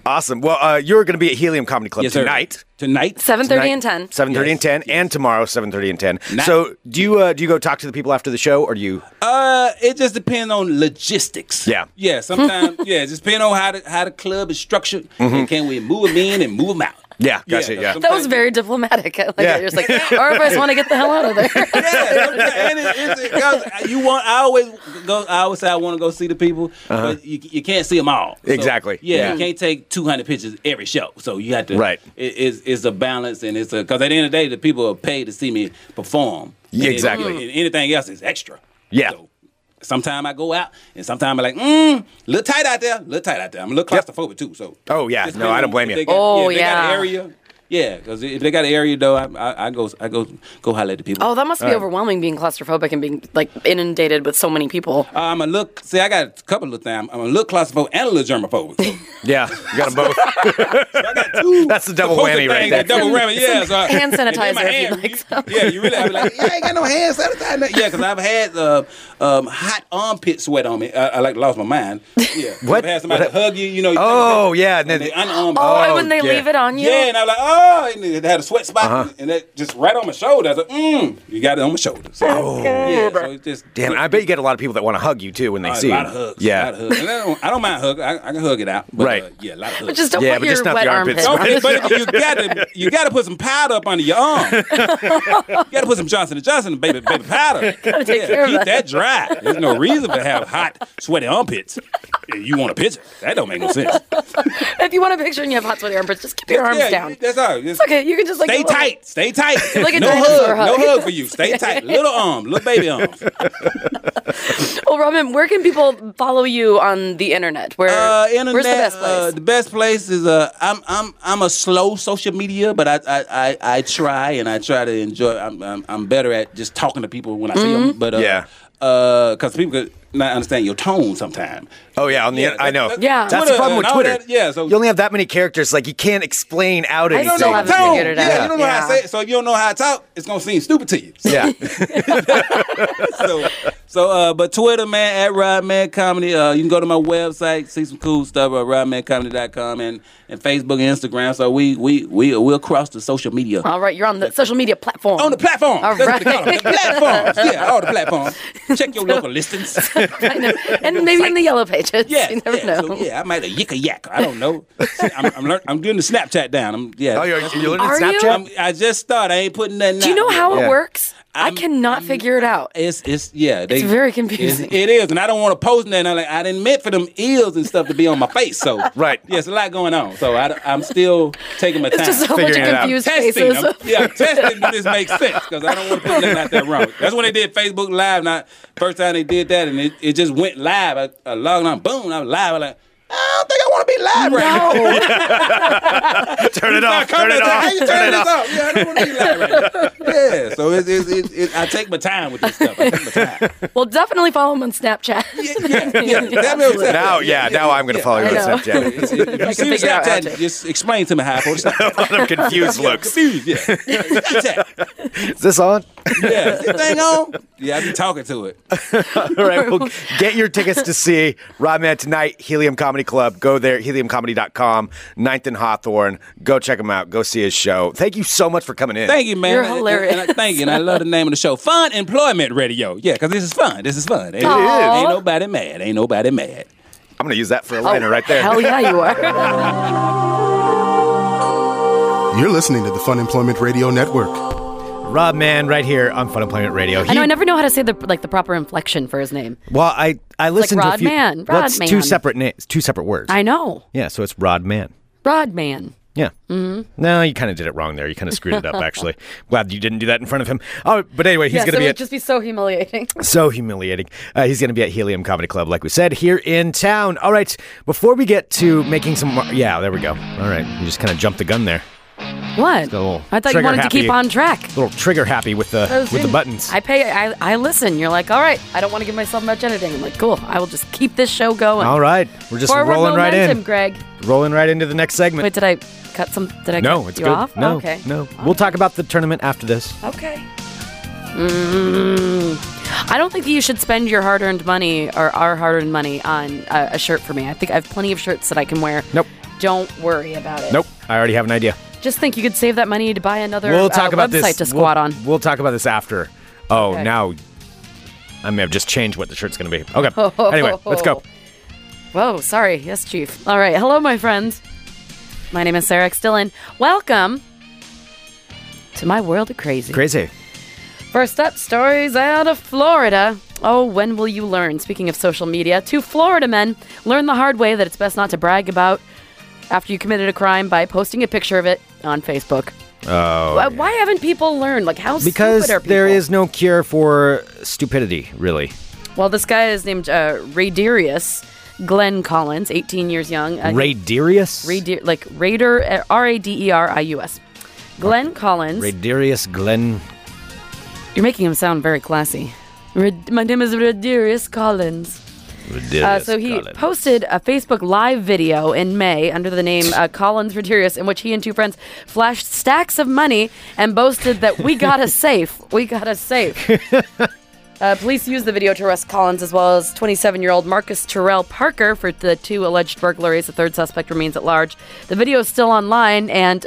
Awesome. Well, uh, you're going to be at Helium Comedy Club
Yes, sir.
tonight.
Tonight.
7:30 and 10.
Seven thirty and ten,
Yes.
and tomorrow seven thirty and ten.
Not-
so do you uh, do you go talk to the people after the show, or do you?
Uh, it just depends on logistics.
Yeah.
Yeah. Sometimes. [LAUGHS] yeah. it Just depends on how the, how the club is structured and can we move them in and move them out.
Mm-hmm. Yeah, gotcha, yeah.
sometimes-
That was very diplomatic. [LAUGHS] I like
Yeah.
it. You're just like, or if I just want to get the hell out of
[LAUGHS]
there.
yeah, sometimes- and it, it's, it goes- you want. I always go. I always say I want to go see the people, but you, you can't see them all. So,
Uh-huh. Exactly,
Yeah,
yeah.
you can't take 200 pictures every show. So you have to.
Right.
It, it's, it's a balance, and it's a because at the end of the day, the people are paid to see me perform.
Yeah,
And it-
exactly.
and anything else is extra.
Yeah.
So, Sometimes I go out, and sometimes I'm like, mm, little tight out there, little tight out there. I'm a little
Yep.
claustrophobic too. So,
Oh, yeah.
Just
No, I don't blame you.
if they got-
Oh,
if they got an
yeah.
area, yeah, because if they got an area though, I, I, I go, I go, go holler at the people.
Oh, that must be overwhelming being claustrophobic and being like inundated with so many people.
I'm a look. See, I got a couple of things. I'm a little claustrophobic and a
[LAUGHS]
little germaphobic. So
Yeah, you got them
[LAUGHS]
both. That's the double
supposed to
whammy right
think
there.
that Double whammy.
[LAUGHS]
Yeah. So I-
hand
[LAUGHS] and then my
sanitizer if
hand-
you'd like
you-
some.
Yeah, you really. I be like, yeah, I ain't got no hand sanitizer. Yeah, because I've had uh, um, hot armpit sweat on me. I, I like lost my mind. Yeah.
What?
I've had somebody
What?
hug you. You know.
Oh yeah, and then-
They unarmed.
Oh, and
Oh,
when they
yeah.
leave it on you.
Yeah, and I'm like, oh, and it had a sweat spot,
Uh-huh.
and that just right on my shoulder. I was like, mm, you got it on my shoulder. So, oh, yeah, so it just
damn! I bet you get a lot of people that want to hug you too when they
Uh,
see
a lot
you.
of hugs.
yeah,
a lot of hugs. And I, don't, I don't mind hug. I, I can hug it out. But,
Right.
Uh, yeah, a lot of hugs.
But just don't
Yeah,
put
but
your
just not
wet
the
armpit.
armpits.
[LAUGHS]
Don't
on
get- but you got to you got to put some powder up under your arm. you got to put some Johnson and Johnson baby baby
[LAUGHS]
powder. Gotta
take care of
keep
that.
that dry. There's no reason to have hot sweaty armpits. If You want a picture? That don't make no sense.
if you want a picture and you have hot sweaty armpits, just keep [LAUGHS] your arms
yeah,
down.
That's all. Just
It's okay. You can just like
Stay
do a little-
tight.
[LAUGHS]
Stay tight.
Like a
no
dinosaur
hug.
hug.
No hug for you.
[LAUGHS]
Stay tight. Little arm. Little baby arm.
Well, Oh, Robin, where can people follow you on the internet? Where
Uh, internet.
where's the best place?
Uh, the best place is uh, I'm I'm I'm a slow social media, but I I, I, I try and I try to enjoy. I'm, I'm I'm better at just talking to people when I see
Mm-hmm.
them. But uh,
Yeah.
because people could not understand your tone sometimes.
Oh yeah, on the
Yeah,
I know.
that- that-
Yeah.
that's
Twitter
the problem with
and all
Twitter.
that, yeah, so-
you only have that many characters. Like you can't explain out
I
anything.
still
Your
haven't
tone.
figured it
yeah,
out.
you don't know how
Yeah.
to say it, so if you don't know how to talk, it's gonna seem stupid to you. So, [LAUGHS]
yeah,
so, so, uh, but Twitter, man, at Rodman Comedy. Uh, you can go to my website, see some cool stuff at rodmancomedy.com and, and Facebook and Instagram. So we we we we'll cross the social media.
All right, you're on the social media platform.
On the [LAUGHS] platform.
All
That's what they call
right.
them,
[LAUGHS]
The platforms. Yeah, all the platforms. Check your local listings.
and maybe in the yellow pages. [LAUGHS]
Yeah,
you never
yeah.
know.
So, yeah, I might have yicka yak. I don't know. See, I'm, I'm, learn- I'm doing the Snapchat down. I'm, yeah.
oh, you're, you're learning
Are you?
Snapchat.
I'm, I just started. I ain't putting nothing.
Do you know how
Yeah.
it works? I cannot figure it out.
It's it's yeah. They,
It's very confusing.
It's, it is, and I don't want to post nothing. I'm like I didn't meant for them eels and stuff to be on my face. So
[LAUGHS] Right.
yeah, it's a lot going on. So I, am still taking my
It's
time.
just so much
Figuring it out.
confused
testing.
faces. [LAUGHS]
I'm- yeah, I'm testing. Do this make sense? Because I don't want to put nothing out there wrong. That's when they did Facebook Live. Not first time they did that, and it, it just went live. I, I logged on, boom, I was live. I like. I don't think I want to be live right now.
[LAUGHS]
No.
turn it off. Turn
Comment
it
that,
off.
How you turn this off? Yeah, I don't want to be live right now. Yeah, so it's, it's, it's, it's, I take my time with this stuff. I take my time.
well, definitely follow him on Snapchat.
Yeah, that makes
[LAUGHS]
sense.
Now, yeah, now I'm gonna follow you on
I know.
Snapchat.
[LAUGHS] If you see the
figure out how
Snapchat,
to-
just explain to me how for the Snapchat.
Them confused looks.
Confused, yeah. Snapchat.
Is this
[LAUGHS]
on?
Yeah, is this thing on? Yeah, I be talking to it.
All right, well, get your tickets to see Rodman tonight, Helium Comedy Club. Go there, heliumcomedy.com, 9th and Hawthorne. Go check him out. Go see his show. Thank you so much for coming in.
Thank you, man.
You're
And-
hilarious.
And, I thank you, and I love the name of the show, Fun Employment Radio. Yeah, because this is fun. This is fun. Ain't,
Aw.
ain't nobody mad. Ain't nobody mad.
I'm going to use that for a liner right there.
Oh, Hell yeah, you are.
You're listening to the Fun Employment Radio Network.
Rob Mann right here on Fun Employment Radio.
[LAUGHS] I know I never know how to say the like the proper inflection for his name.
well, I, I listened
like
to a few.
Rodman,
well, it's two
Rodman.
separate names, two separate words.
I know.
yeah, so it's Rodman.
Rodman.
Yeah. Mm-hmm. No, you kind of did it wrong there. You kind of screwed it up,
[LAUGHS]
actually. Glad you didn't do that in front of him. Oh, but anyway, he's
yes,
going to
it
be
would
at
just be so humiliating.
So humiliating. Uh, he's going to be at Helium Comedy Club, like we said, here in town. All right, before we get to making some. Mar- yeah, there we go. All right, you just kind of jumped the gun there.
[LAUGHS] What?
little
I thought you
trigger
wanted to
happy.
keep on track.
A little trigger happy with the with the buttons.
I pay. I, I listen. You're like, all right. I don't want to give myself much editing. I'm like, cool. I will just keep this show going.
All right, we're just
Forward
rolling right
momentum,
in,
Greg.
rolling right into the next segment.
Wait, did I cut some? Did I
no,
cut
it's
you
good.
off?
No,
okay.
no. We'll talk about the tournament after this.
Okay. Mm. I don't think that you should spend your hard-earned money or our hard-earned money on a, a shirt for me. I think I have plenty of shirts that I can wear.
Nope.
Don't worry about it.
Nope, I already have an idea.
Just think you could save that money to buy another
we'll talk
uh,
about
website
this.
to squat
we'll,
on. [LAUGHS]
We'll talk about this after. Oh,
Okay.
now I may have just changed what the shirt's going to be. Okay. Anyway, let's
[LAUGHS]
go.
Whoa, sorry. Yes, Chief. All right. Hello, my friends. My name is Sarah X. Dillon. Welcome to my world of crazy.
Crazy.
First up, stories out of Florida. Oh, when will you learn? Speaking of social media, two Florida men learned the hard way that it's best not to brag about after you committed a crime by posting a picture of it on Facebook.
Oh.
Why- Why haven't people learned? Like, how
because
stupid are people?
there is no cure for stupidity, really.
Well, this guy is named uh, Raiderius Glenn Collins, 18 years young. Uh,
Radirius?
Raider, like Raider, R A D E R I U S. Glenn Collins.
Radirius Glenn.
You're making him sound very classy. Red- My name is Radirius Collins. Uh, so he
Collins.
posted a Facebook live video in May under the name uh, Collins Radirius, in which he and two friends flashed stacks of money and boasted that we got a safe. We got a safe. Uh, police used the video to arrest Collins as well as 27 year old Marcus Terrell Parker for the two alleged burglaries. The third suspect remains at large. The video is still online, and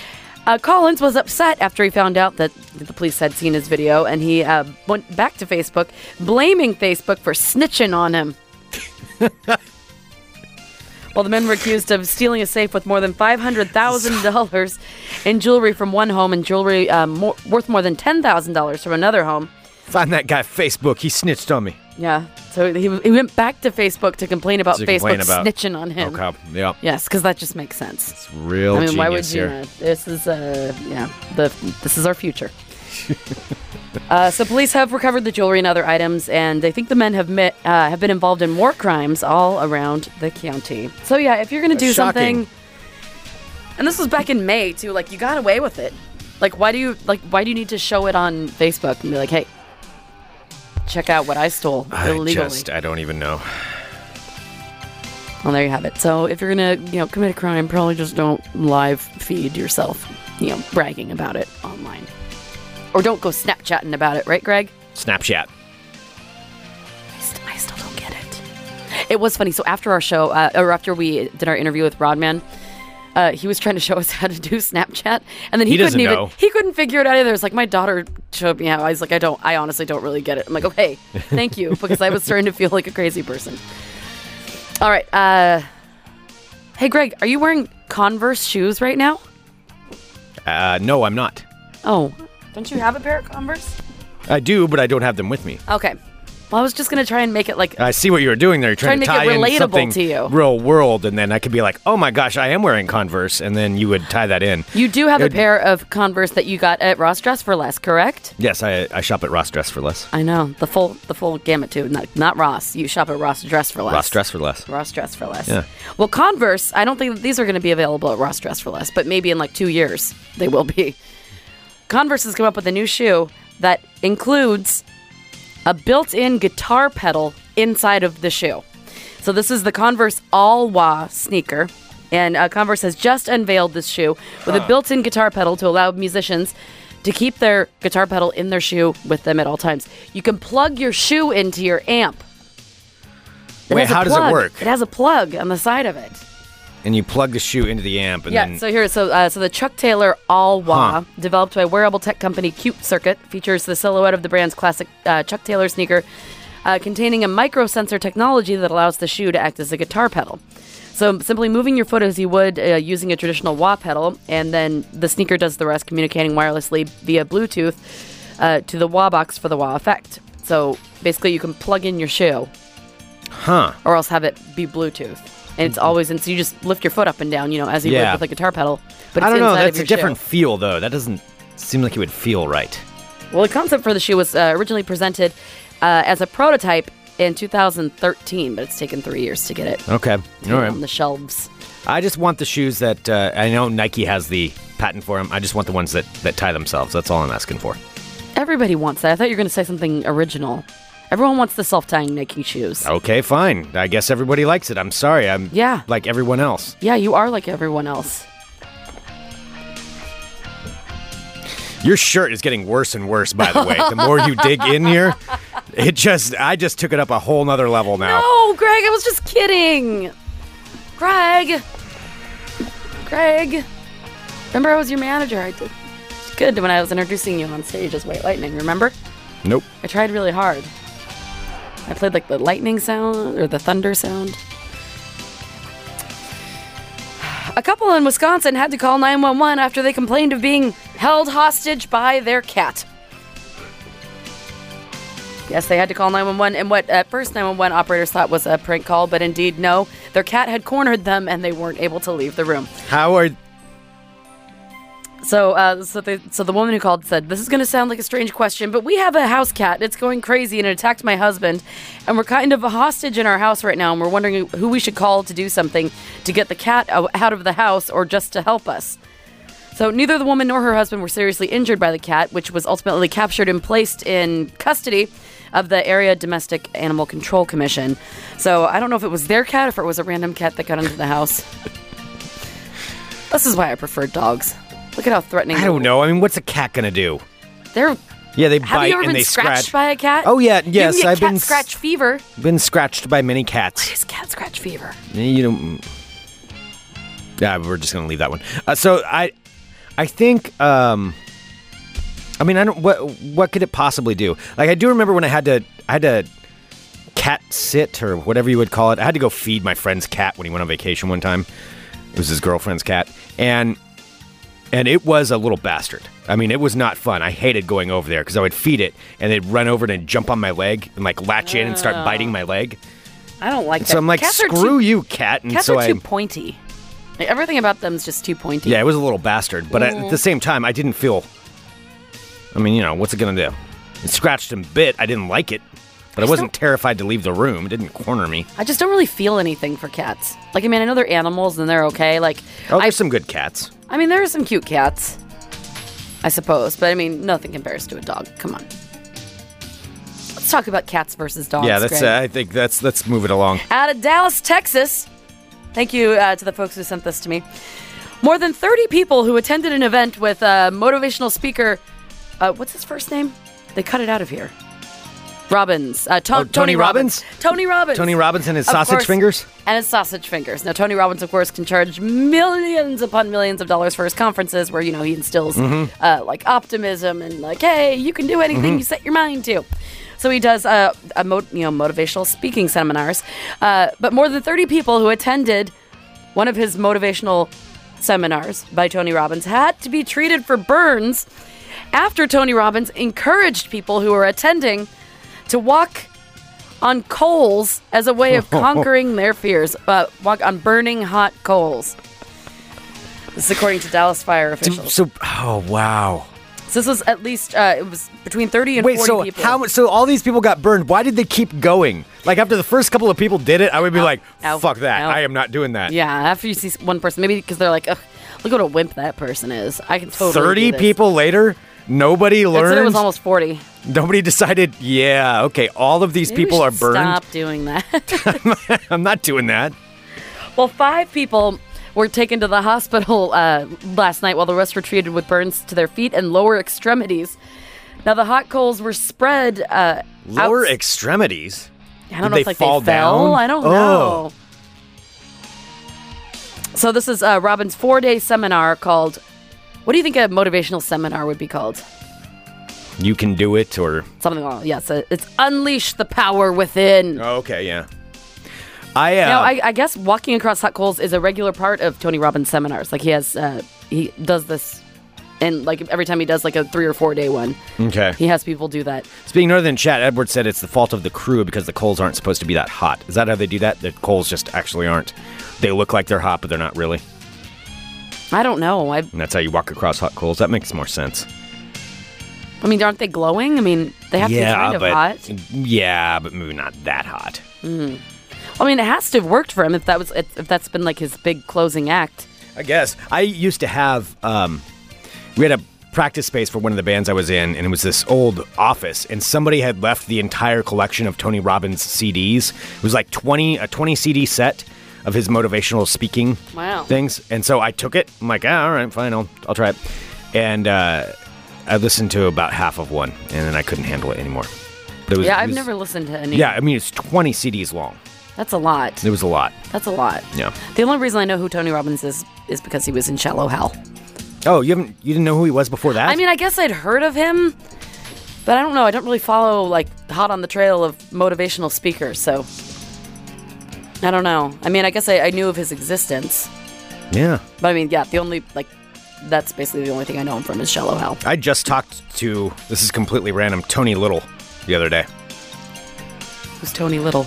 [LAUGHS] uh, Collins was upset after he found out that the police had seen his video, and he uh, went back to Facebook, blaming Facebook for snitching on him. Well, the men were accused of stealing a safe with more than five hundred thousand dollars in jewelry from one home and jewelry um, more, worth more than ten thousand dollars from another home.
Find that guy Facebook. He snitched on me.
Yeah, so he, he went back to Facebook to complain about
To
Facebook
complain about-
snitching on him.
Okay. Yeah.
Yes, because that just makes sense.
It's Oh, real
I mean, why would
genius
you
here.
not? This is uh, yeah, the this is our
[LAUGHS]
future. Uh, so police have recovered the jewelry and other items, and they think the men have met, uh, have been involved in war crimes all around the county. So yeah, if you're gonna do
That's shocking.
something, and this was back in May too, like you got away with it. Like why do you like why do you need to show it on Facebook and be like, hey, check out what I stole uh, illegally?
I just, I don't even know.
Well, there you have it. So if you're gonna, you know, commit a crime, probably just don't live feed yourself, you know, bragging about it online, or don't go Snapchatting about it, right, Greg?
Snapchat.
I, st- I still don't get it. It was funny. So after our show, uh, or after we did our interview with Rodman. Uh, he was trying to show [LAUGHS] us how to do Snapchat, and then he,
He doesn't
couldn't even
know.
he couldn't figure it out either. It's like my daughter showed me how I was like, I don't, I honestly don't really get it. I'm
[LAUGHS]
like, okay, thank you, because I was starting to feel like a crazy person. All right, uh, hey Greg, are you wearing Converse shoes right now?
Uh, no, I'm not.
Oh, don't you have a pair of Converse?
I do, but I don't have them with me.
Okay, well, I was just gonna try and make it like
I see what you were doing there. You're trying,
Trying to
tie
make it
in
relatable
something
to you.
real world, and then I could be like, "Oh my gosh, I am wearing Converse," and then you would tie that in.
You do have
It
a
would-
pair of Converse that you got at Ross Dress for Less, correct?
Yes, I, I shop at Ross Dress for Less.
I know the full the full gamut too. Not not Ross. You shop at Ross Dress for Less.
Ross Dress for Less.
Ross Dress for Less.
Yeah.
Well, Converse. I don't think that these are going to be available at Ross Dress for Less, but maybe in like two years they will be. Converse has come up with a new shoe that includes a built-in guitar pedal inside of the shoe. So this is the Converse All Wah sneaker, and uh, Converse has just unveiled this shoe with a built-in guitar pedal to allow musicians to keep their guitar pedal in their shoe with them at all times. You can plug your shoe into your amp. It
Wait,
has a
how does it
plug.
work?
It has a plug on the side of it.
And you plug the shoe into the amp, and
Yeah,
then
so here, so uh, so the Chuck Taylor All Wah,
Huh.
developed by wearable tech company Cute Circuit, features the silhouette of the brand's classic uh, Chuck Taylor sneaker, uh, containing a microsensor technology that allows the shoe to act as a guitar pedal. So simply moving your foot as you would uh, using a traditional wah pedal, and then the sneaker does the rest, communicating wirelessly via Bluetooth uh, to the wah box for the wah effect. So basically, you can plug in your shoe
huh? Mm-hmm.
or else have it be Bluetooth. And it's always and so you just lift your foot up and down, you know, as you
Yeah.
would with a guitar pedal. But it's
I don't know.
inside
That's
of
a
your shoe.
different feel, though. That doesn't seem like it would feel right.
Well, the concept for the shoe was uh, originally presented uh, as a prototype in 2013, but it's taken three years to get it
Okay, all
on the shelves.
I just want the shoes that uh, I know Nike has the patent for them. I just want the ones that that tie themselves. That's all I'm asking for.
Everybody wants that. I thought you were going to say something original. Everyone wants the self-tying Nike shoes.
Okay, fine. I guess everybody likes it. I'm sorry. I'm
Yeah.
like everyone else.
Yeah, you are like everyone else.
Your shirt is getting worse and worse, by the way. The
[LAUGHS]
more you dig in here, it just, I just took it up a whole nother level now.
No, Greg, I was just kidding. Greg, Craig, remember I was your manager. I did good when I was introducing you on stage as White Lightning, remember?
Nope.
I tried really hard. I played like the lightning sound or the thunder sound. A couple in Wisconsin had to call 911 after they complained of being held hostage by their cat. Yes, they had to call 911, and what at first 911 operators thought was a prank call, but indeed, no. Their cat had cornered them and they weren't able to leave the room.
How are
So, uh, so, they, so the woman who called said, "This is going to sound like a strange question, but we have a house cat. It's going crazy and it attacked my husband, and we're kind of a hostage in our house right now, and we're wondering who we should call to do something to get the cat o- out of the house or just to help us." So neither the woman nor her husband were seriously injured by the cat, which was ultimately captured and placed in custody of the area domestic animal control commission. So I don't know if it was their cat or if it was a random cat that got into the house. This is why I prefer dogs. Look at how threatening.
I don't know. I mean, what's a cat gonna do?
They're
Yeah, they
have
bite
you ever
and
been
they
scratched
scratch.
by a cat?
Oh, yeah, yes,
you can get
I've
cat
been s-
scratch fever.
been scratched by many cats.
It's cat scratch fever.
You don't. mm. Yeah, we're just gonna leave that one. Uh, so I, I think. Um, I mean, I don't. What what could it possibly do? Like, I do remember when I had to, I had to cat sit or whatever you would call it. I had to go feed my friend's cat when he went on vacation one time. It was his girlfriend's cat, and and it was a little bastard. I mean, it was not fun. I hated going over there because I would feed it, and they'd run over and jump on my leg and like latch in and start biting my leg.
I don't like that.
So I'm like,
cats
screw
are too,
you, cat. And
Cats
so
are
I
too pointy. Like, everything about them is just too pointy.
Yeah, it was a little bastard, but at
Mm.
the same time, I didn't feel. I mean, you know, what's it gonna do? It scratched and bit. I didn't like it, but I,
just
wasn't
don't-
terrified to leave the room. It didn't corner me.
I just don't really feel anything for cats. Like, I mean, I know they're animals and they're okay. Like,
Oh,
I,
there's some good cats.
I mean, there are some cute cats, I suppose, but I mean, nothing compares to a dog. Come on. Let's talk about cats versus dogs.
yeah, that's.
Greg.
Uh, I think that's. Let's move it along.
out of Dallas, Texas. Thank you uh, to the folks who sent this to me. More than 30 people who attended an event with uh, motivational speaker. Uh, what's his first name? They cut it out of here. Robbins. Uh, to-
Oh, Tony Robbins?
Tony Robbins.
Tony Robbins and his
Of
sausage
course.
fingers?
And his sausage fingers. Now, Tony Robbins, of course, can charge millions upon millions of dollars for his conferences where, you know, he instills
Mm-hmm.
uh, like optimism and like, hey, you can do anything you set your mind to. So he does uh, a mo- you know motivational speaking seminars, uh, but more than thirty people who attended one of his motivational seminars by Tony Robbins had to be treated for burns after Tony Robbins encouraged people who were attending to walk on coals as a
[LAUGHS]
way of conquering their fears. Uh, walk on burning hot coals. This is according to Dallas fire officials.
So, oh wow.
So this was at least uh, it was between thirty and
Wait,
forty
so
people.
how? mu- So all these people got burned. Why did they keep going? Like after the first couple of people did it, I would be like,
ow,
"Fuck that!
ow.
I am not doing that."
Yeah, after you see one person, maybe because they're like, Ugh, look what a wimp that person is. I can totally. do
Thirty
this."
people later, nobody
I
learned.
said it was almost forty.
Nobody decided, yeah, okay, all of these
Maybe we
people are
should
burned.
Stop doing that.
[LAUGHS]
[LAUGHS]
I'm not doing that.
well, five people were taken to the hospital uh, last night, while the rest were treated with burns to their feet and lower extremities. Now the hot coals were spread. Uh,
Lower
outs-
extremities.
I don't
Did
know
they
if like
fall
they fell.
down?
I don't
Oh.
know. So this is uh, Robin's four-day seminar called. What do you think a motivational seminar would be called?
You can do it or
Something along. Yes, uh, it's unleash the power within.
oh, okay, yeah. I uh,
Now, I, I guess walking across hot coals is a regular part of Tony Robbins seminars. Like he has, uh, he does this, and like every time he does like a three or four day one,
Okay.
he has people do that.
Speaking other than chat, Edward said it's the fault of the crew because the coals aren't supposed to be that hot. Is that how they do that? The coals just actually aren't. They look like they're hot, but they're not really.
I don't know. I,
And that's how you walk across hot coals. That makes more sense.
I mean, aren't they glowing? I mean, they have to be kind of
but
hot.
yeah, but maybe not that hot.
I mean, it has to have worked for him if that was if if that's been like his big closing act.
I guess I used to have. Um, we had a practice space for one of the bands I was in, and it was this old office, and somebody had left the entire collection of Tony Robbins CDs. It was like twenty a twenty CD set of his motivational speaking
Wow.
things, and so I took it. I'm like, ah, all right, fine, I'll I'll try it, and uh, I listened to about half of one, and then I couldn't handle it anymore. But it was,
Yeah,
it
I've
was-
never listened to any.
Yeah, I mean it's twenty CDs long.
that's a lot.
It was a lot.
That's a lot.
Yeah.
The only reason I know who Tony Robbins is is because he was in Shallow Hal.
Oh, you haven't you didn't know who he was before that?
I mean, I guess I'd heard of him, but I don't know. I don't really follow like hot on the trail of motivational speakers, so I don't know. I mean, I guess I, I knew of his existence,
yeah.
but I mean, yeah, the only like that's basically the only thing I know him from is Shallow Hal.
I just talked to this is completely random Tony Little the other day. Um,
Who's Tony Little?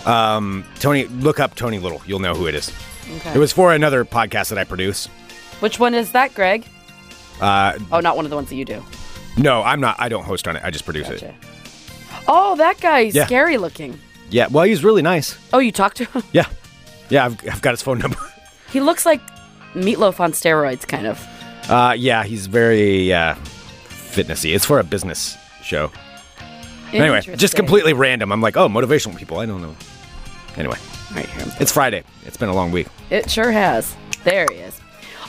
Tony, look up Tony Little. You'll know who it is.
okay.
It was for another podcast that I produce.
Which one is that, Greg? Uh, oh, not one of the ones that you do.
No, I'm not. I don't host on it. I just produce it.
Gotcha. Oh, that guy,
Yeah.
scary looking.
Yeah. Well, he's really nice.
Oh, you talked to him? [LAUGHS]
Yeah. Yeah. I've, I've got his phone number. [LAUGHS]
He looks like meatloaf on steroids, kind of.
Uh, yeah. He's very uh, fitnessy. It's for a business show. Anyway, just
Interesting.
completely random. I'm like, oh, motivational people. I don't know. Anyway,
Right here.
it's Friday. It's been a long week.
It sure has. There he is.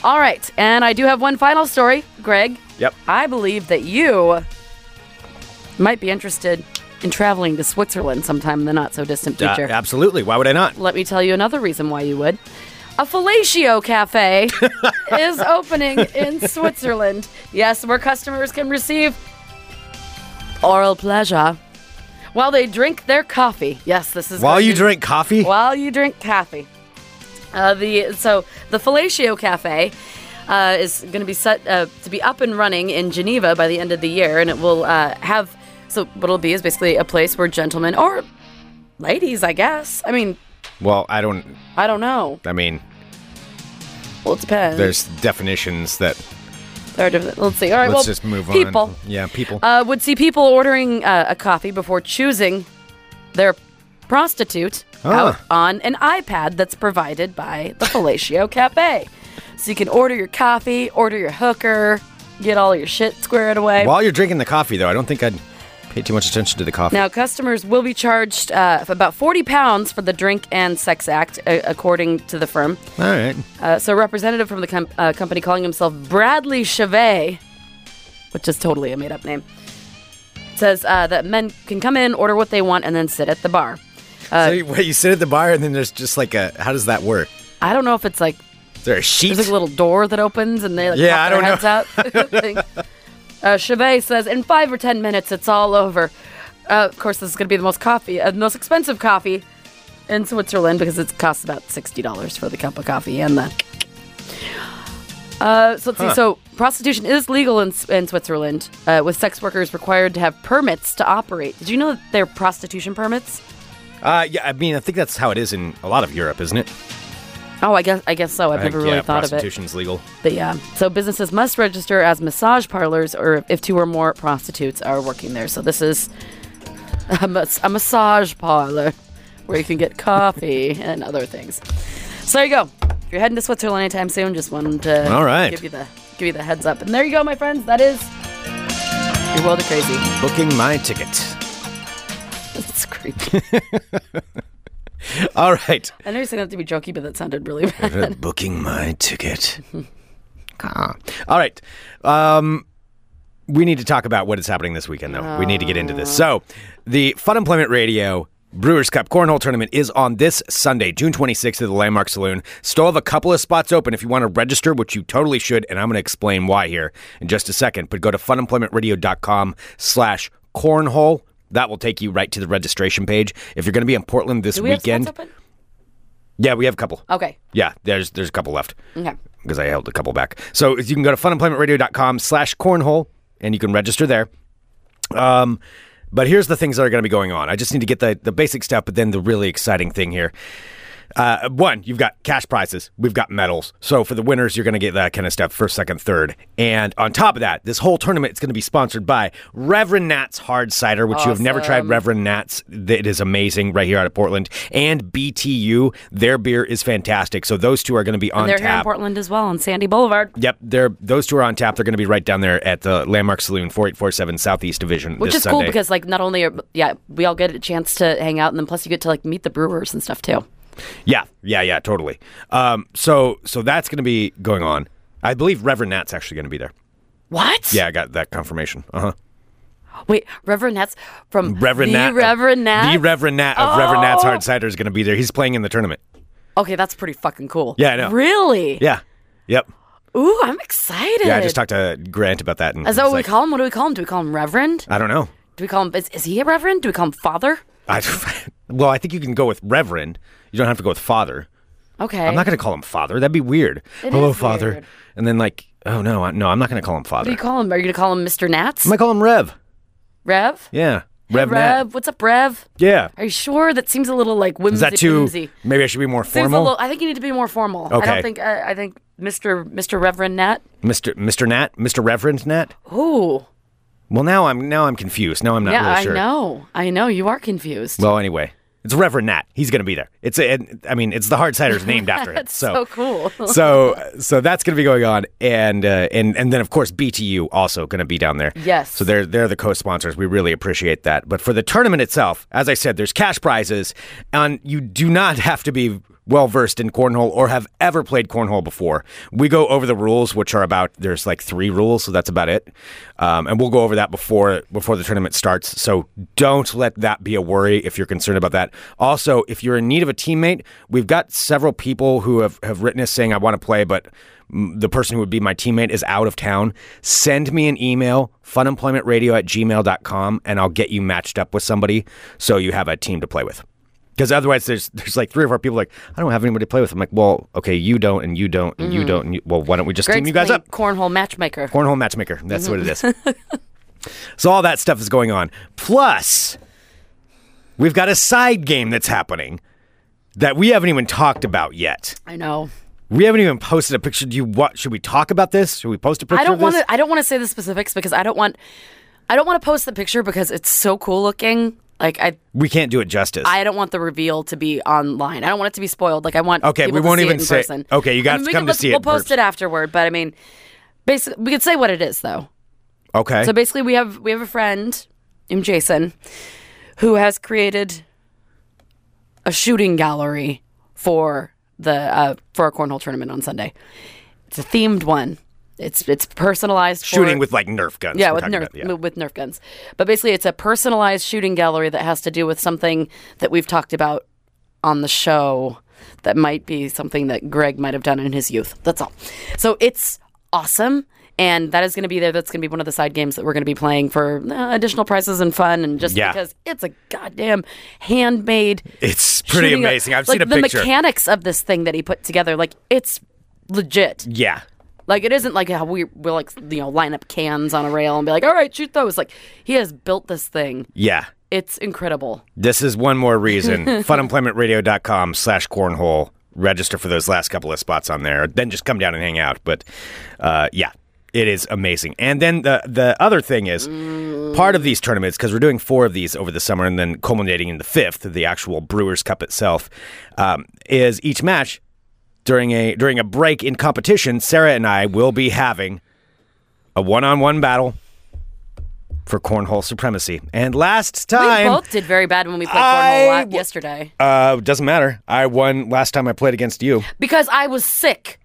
All right, and I do have one final story, Greg.
Yep.
I believe that you might be interested in traveling to Switzerland sometime in the not so distant
Uh,
future.
absolutely. Why would I not?
Let me tell you another reason why you would. A
[LAUGHS]
fellatio cafe is opening in Switzerland. Yes, where customers can receive oral pleasure while they drink their coffee. Yes, this is
While
going
you
to-
drink coffee?
while you drink coffee. Uh, the so the Fellatio Cafe uh, is going to be set uh, to be up and running in Geneva by the end of the year, and it will uh, have so what it'll be is basically a place where gentlemen or ladies, I guess. I mean,
Well, I don't.
I don't know.
I mean,
Well, it depends.
there's definitions that.
There are different- Let's see. All right,
Let's
well,
just move
people.
on. Yeah, people.
uh, would see people ordering uh, a coffee before choosing their prostitute out on an iPad that's provided by the Fellatio Cafe. So you can order your coffee, order your hooker, get all your shit squared away.
While you're drinking the coffee, though, I don't think I'd pay too much attention to the coffee.
Now, customers will be charged uh, about 40 pounds for the drink and sex act, a- according to the firm.
All right.
Uh, so, a representative from the com- uh, company calling himself Bradley Chevet, which is totally a made up name, says uh, that men can come in, order what they want, and then sit at the bar. Uh,
so you, wait, you sit at the bar and then there's just like a. How does that work?
I don't know if it's like
Is there a sheet?
there's like a little door that opens and they like
Yeah,
pop
I
their heads out. [LAUGHS] uh, Chevet says in five or ten minutes it's all over. Uh, of course, this is going to be the most coffee, uh, the most expensive coffee in Switzerland because it costs about sixty dollars for the cup of coffee and the. Uh, so let's see. So prostitution is legal in, S- in Switzerland, uh, with sex workers required to have permits to operate. Did you know that they're prostitution permits?
uh, yeah, I mean, I think that's how it is in a lot of Europe, isn't it?
Oh, I guess I guess so. I've
I
never
think,
really
yeah,
thought of it.
prostitution's legal.
But yeah, uh, so businesses must register as massage parlors or if two or more prostitutes are working there. So this is a, mas- a massage parlor where you can
[LAUGHS]
get coffee and other things. So there you go. If you're heading to Switzerland anytime soon, just wanted to
All right.
give you the give you the heads up. And there you go, my friends. That is your world of crazy. [LAUGHS]
Booking my ticket.
It's
[LAUGHS]
creepy.
All right.
I know you're saying that to be jokey, but that sounded really bad.
Booking my
[LAUGHS]
ticket. Ah. All right. Um, we need to talk about what is happening this weekend, though. we need to get into this. So, the Fun Employment Radio Brewers Cup Cornhole Tournament is on this Sunday, June 26th at the Landmark Saloon. Still have a couple of spots open if you want to register, which you totally should, and I'm going to explain why here in just a second. But go to funemploymentradio.com slash cornhole. That will take you right to the registration page. If you're going to be in Portland this
Do we have
weekend,
spots open? Oh.
yeah, we have a couple.
Okay.
Yeah, there's there's a couple left
Okay.
because I held a couple back. So you can go to funemploymentradio.com slash cornhole and you can register there. Um, but here's the things that are going to be going on. I just need to get the, the basic stuff, but then the really exciting thing here. Uh, one, you've got cash prizes. We've got medals. So for the winners, you're going to get that kind of stuff first, second, third. And on top of that, this whole tournament is going to be sponsored by Reverend Nat's Hard Cider, which you have never tried. Reverend Nat's, it is amazing right here out of Portland. And BTU, their beer is fantastic. So those two are going to be on
And they're
tap.
here in Portland as well on Sandy Boulevard,
Yep, they're those two are on tap. They're going to be right down there at the Landmark Saloon, four eight four seven Southeast Division.
which
this
is cool
Sunday.
because like not only are yeah we all get a chance to hang out and then plus you get to like meet the brewers and stuff too
yeah, yeah, yeah, totally. Um, so so that's going to be going on. I believe Reverend Nat's actually going to be there.
what
Yeah, I got that confirmation. Uh huh.
wait reverend nat's from
Reverend
the
Nat,
reverend nat Oh.
the Reverend Nat of Reverend Nat's Hard Cider is going to be there. He's playing in the tournament.
okay that's pretty fucking cool
Yeah, I know.
really
Yeah, yep.
Ooh, I'm excited.
Yeah, I just talked to Grant about that. And
Is that what
he's
we
like,
call him? What do we call him? Do we call him Reverend?
I don't know.
Do we call him? Is, is he a Reverend? Do we call him Father?
I, [LAUGHS] well, I think you can go with Reverend. You don't have to go with Father.
Okay.
I'm not going to call him Father. That'd be weird.
It
Hello,
is
Father.
weird.
And then like, oh no, I, no, I'm not going to call him
What do
Father.
you call him? Are you gonna call him Mr. Nats?
I might call him Rev.
Rev?
Yeah, Rev. Nat.
Rev, what's up, Rev?
Yeah.
Are you sure? That seems a little like whimsy.
Is that too?
whimsy.
Maybe I should be more
Seems a
formal.
little. I think you need to be more formal. I don't
Okay.
think. uh, I, I think Mr. Mr. Reverend Nat.
Mr. Mr. Nat, Mr. Reverend Nat.
Ooh,
Well, now I'm now I'm confused. Now I'm not
yeah,
really sure.
I know. I know. You are confused.
Well, anyway, it's Reverend Nat. He's going to be there. It's a, and- I mean, it's the hard cider's named after him.
[LAUGHS] That's
So,
so cool.
so so that's going to be going on, and uh, and and then of course BTU also going to be down there.
Yes.
So they're they're the co-sponsors. We really appreciate that. But for the tournament itself, as I said, there's cash prizes, and you do not [LAUGHS] have to be well versed in cornhole or have ever played cornhole before. We go over the rules, which are about there's like three rules, so that's about it. Um, and we'll go over that before before the tournament starts. So don't let that be a worry if you're concerned about that. Also, if you're in need of a teammate, we've got several people who have have written us saying I want to play, but m- the person who would be my teammate is out of town, send me an email, funemploymentradio at gmail.com, and I'll get you matched up with somebody so you have a team to play with. Because otherwise, there's there's like three or four people like, I don't have anybody to play with. I'm like, well, okay, you don't, and you don't, and you don't. And you, well, why don't we just team
Greg's
you guys
playing
up?
Cornhole matchmaker.
Cornhole matchmaker. That's what it is. so all that stuff is going on. Plus, we've got a side game that's happening that we haven't even talked about yet.
I know.
We haven't even posted a picture. Do you what? Should we talk about this? Should we post a picture?
I don't
of this?
want to. I don't want to say the specifics because I don't want. I don't want to post the picture because it's so cool looking. Like I,
We can't do it justice.
I don't want the reveal to be online. I don't want it to be spoiled. Like I want.
Okay,
people
we
to
won't
see
even
it in
say-
Person.
okay, you
I
guys
mean, we
come
can
to
put-
see it
We'll
in
post
person.
it afterward, but I mean, basically, we could say what it is though.
okay.
So basically, we have we have a friend named Jason who has created a shooting gallery for the uh, for our cornhole tournament on Sunday. It's a themed one. It's it's personalized for-
Shooting with like Nerf guns.
yeah
we're
with
talking
Nerf
about, yeah.
with Nerf guns. But basically, it's a personalized shooting gallery that has to do with something that we've talked about on the show that might be something that Greg might have done in his youth. That's all. So it's awesome. And that is going to be there. That's going to be one of the side games that we're going to be playing for uh, additional prizes and fun. And just
Yeah.
because it's a goddamn handmade.
It's pretty
shooting-
amazing. I've
like,
seen a
the
picture.
mechanics of this thing that he put together. Like it's legit.
yeah.
Like it isn't like how we we're like you know line up cans on a rail and be like, all right, shoot those. Like he has built this thing.
Yeah.
It's incredible.
This is one more
[LAUGHS]
reason. Funemploymentradio.com slash cornhole. Register for those last couple of spots on there. Then just come down and hang out. But uh, yeah, it is amazing. And then the the other thing is part of these tournaments, because we're doing four of these over the summer and then culminating in the fifth, the actual Brewers Cup itself, um, is each match during a during a break in competition, Sarah and I will be having a one on one battle for cornhole supremacy. And last time
we both did very bad when we played
I
cornhole la-
w-
yesterday
uh, doesn't matter. I won last time I played against you.
because I was sick.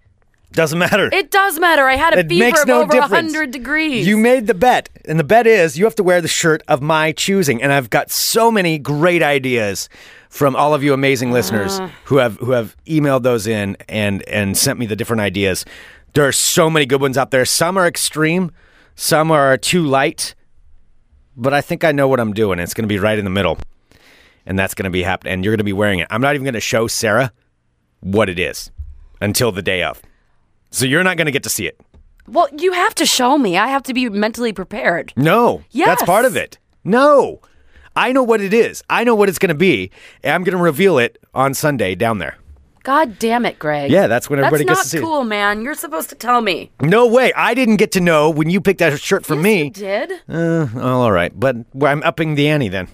Doesn't matter.
It does matter. I had a
It
fever
makes
of
no
over
difference.
hundred degrees.
You made the bet, and the bet is you have to wear the shirt of my choosing. And I've got so many great ideas from all of you amazing listeners
Ah.
who have who have emailed those in and and sent me the different ideas. There are so many good ones out there. Some are extreme, some are too light, but I think I know what I'm doing. It's going to be right in the middle, and that's going to be happening. And you're going to be wearing it. I'm not even going to show Sarah what it is until the day of. So you're not going to get to see it.
well, you have to show me. I have to be mentally prepared.
No.
Yes.
That's part of it. No. I know what it is. I know what it's going to be. And I'm going to reveal it on Sunday down there.
God damn it, Greg.
Yeah, that's when everybody
that's
gets to see it.
not cool, man. You're supposed to tell me.
No way. I didn't get to know when you picked that shirt for
Yes,
me.
you did.
Uh, well, all right. But well, I'm upping the ante then.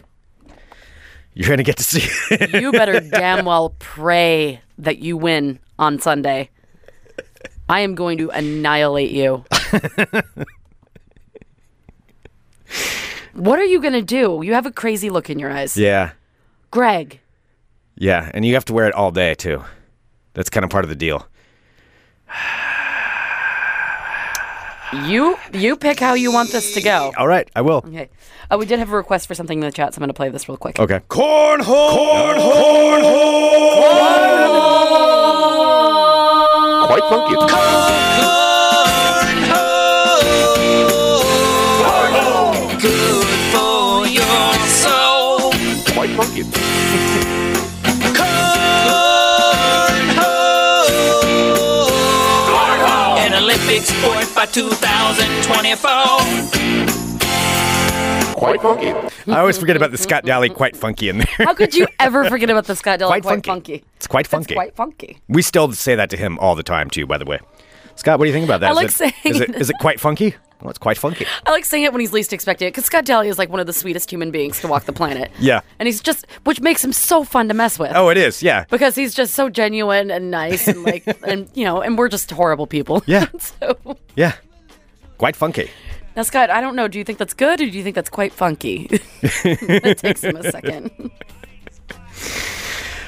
You're going to get to see [LAUGHS] it.
You better damn well pray that you win on Sunday. I am going to annihilate
[LAUGHS]
you. what are you going to do? You have a crazy look in your eyes.
yeah.
Greg,
Yeah. And you have to wear it all day, too. That's kind of part of the deal.
you you pick how you want this to go.
All right. I will.
Okay. Uh, we did have a request for something in the chat, so I'm going to play this real quick. [LAUGHS]
Okay. Cornhole! Cornhole!
Quite funky.
fuck you.
An Olympic sport by 2024.
Quite funky.
I always forget about the Scott Daly quite funky in there.
How could you ever forget about the Scott Dillon?
Quite
Quite,
funky.
funky.
It's quite funky.
It's quite funky.
we still say that to him all the time, too. By the way, Scott, what do you think about that?
I
Is
like
it-
saying
is it
that.
is it quite funky? Well, it's quite funky.
I like saying it when he's least expecting it because Scott Daly is like one of the sweetest human beings to walk the planet.
[LAUGHS] Yeah.
And he's just, which makes him so fun to mess with.
Oh, it is. Yeah.
Because he's just so genuine and nice and
[LAUGHS]
like, and you know, and we're just horrible people. [LAUGHS]
Yeah.
so,
Yeah. Quite funky.
now, Scott, I don't know. Do you think that's good or do you think that's quite funky? [LAUGHS] it takes
[LAUGHS]
him a second.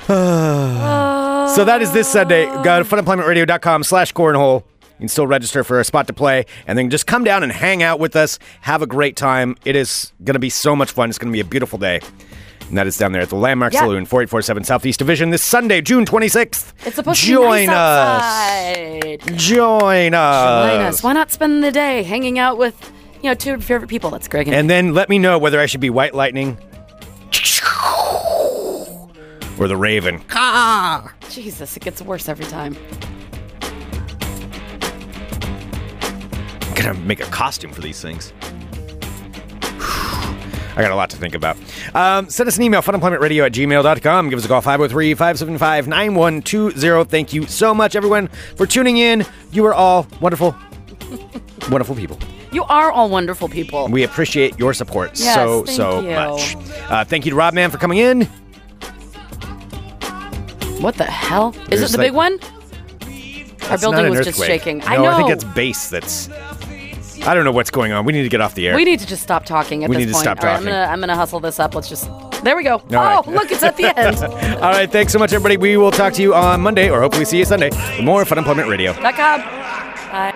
So that is this Sunday. Go to funemploymentradio.com slash cornhole. You can still register for a spot to play and then just come down and hang out with us. Have a great time. It is going to be so much fun. It's going to be a beautiful day. And that is down there at the Landmark
Yeah.
Saloon, 4847 Southeast Division, this Sunday, June 26th.
It's supposed
Join
to be nice
us. Uh,
outside.
Join us.
Join us. Why not spend the day hanging out with, you know, two of your favorite people? That's Greg and,
And then let me know whether I should be White Lightning or the Raven.
Jesus, it gets worse every time.
gonna make a costume for these things. [SIGHS] I got a lot to think about. Um, send us an email, funemploymentradio at gmail.com. Give us a call, 503 575 9120. Thank you so much, everyone, for tuning in. You are all wonderful, [LAUGHS] wonderful people.
You are all wonderful people.
We appreciate your support
Yes,
so,
thank
so
you.
much. Uh, thank you to Rob Man for coming in.
What the hell? Is
There's
it the
like-
big one? Our
It's not
building
an
was just
earthquake.
shaking.
No,
I know.
I think it's bass that's. I don't know what's going on. We need to get off the air.
we need to just stop talking at
We
this
need to
point.
stop
All right,
talking.
I'm gonna I'm gonna hustle this up. Let's just there we go. oh,
right.
look, it's at
[LAUGHS]
the end.
All right. Thanks so much, everybody. We will talk to you on Monday or hopefully see you Sunday for more Fun Employment Radio.
Back up.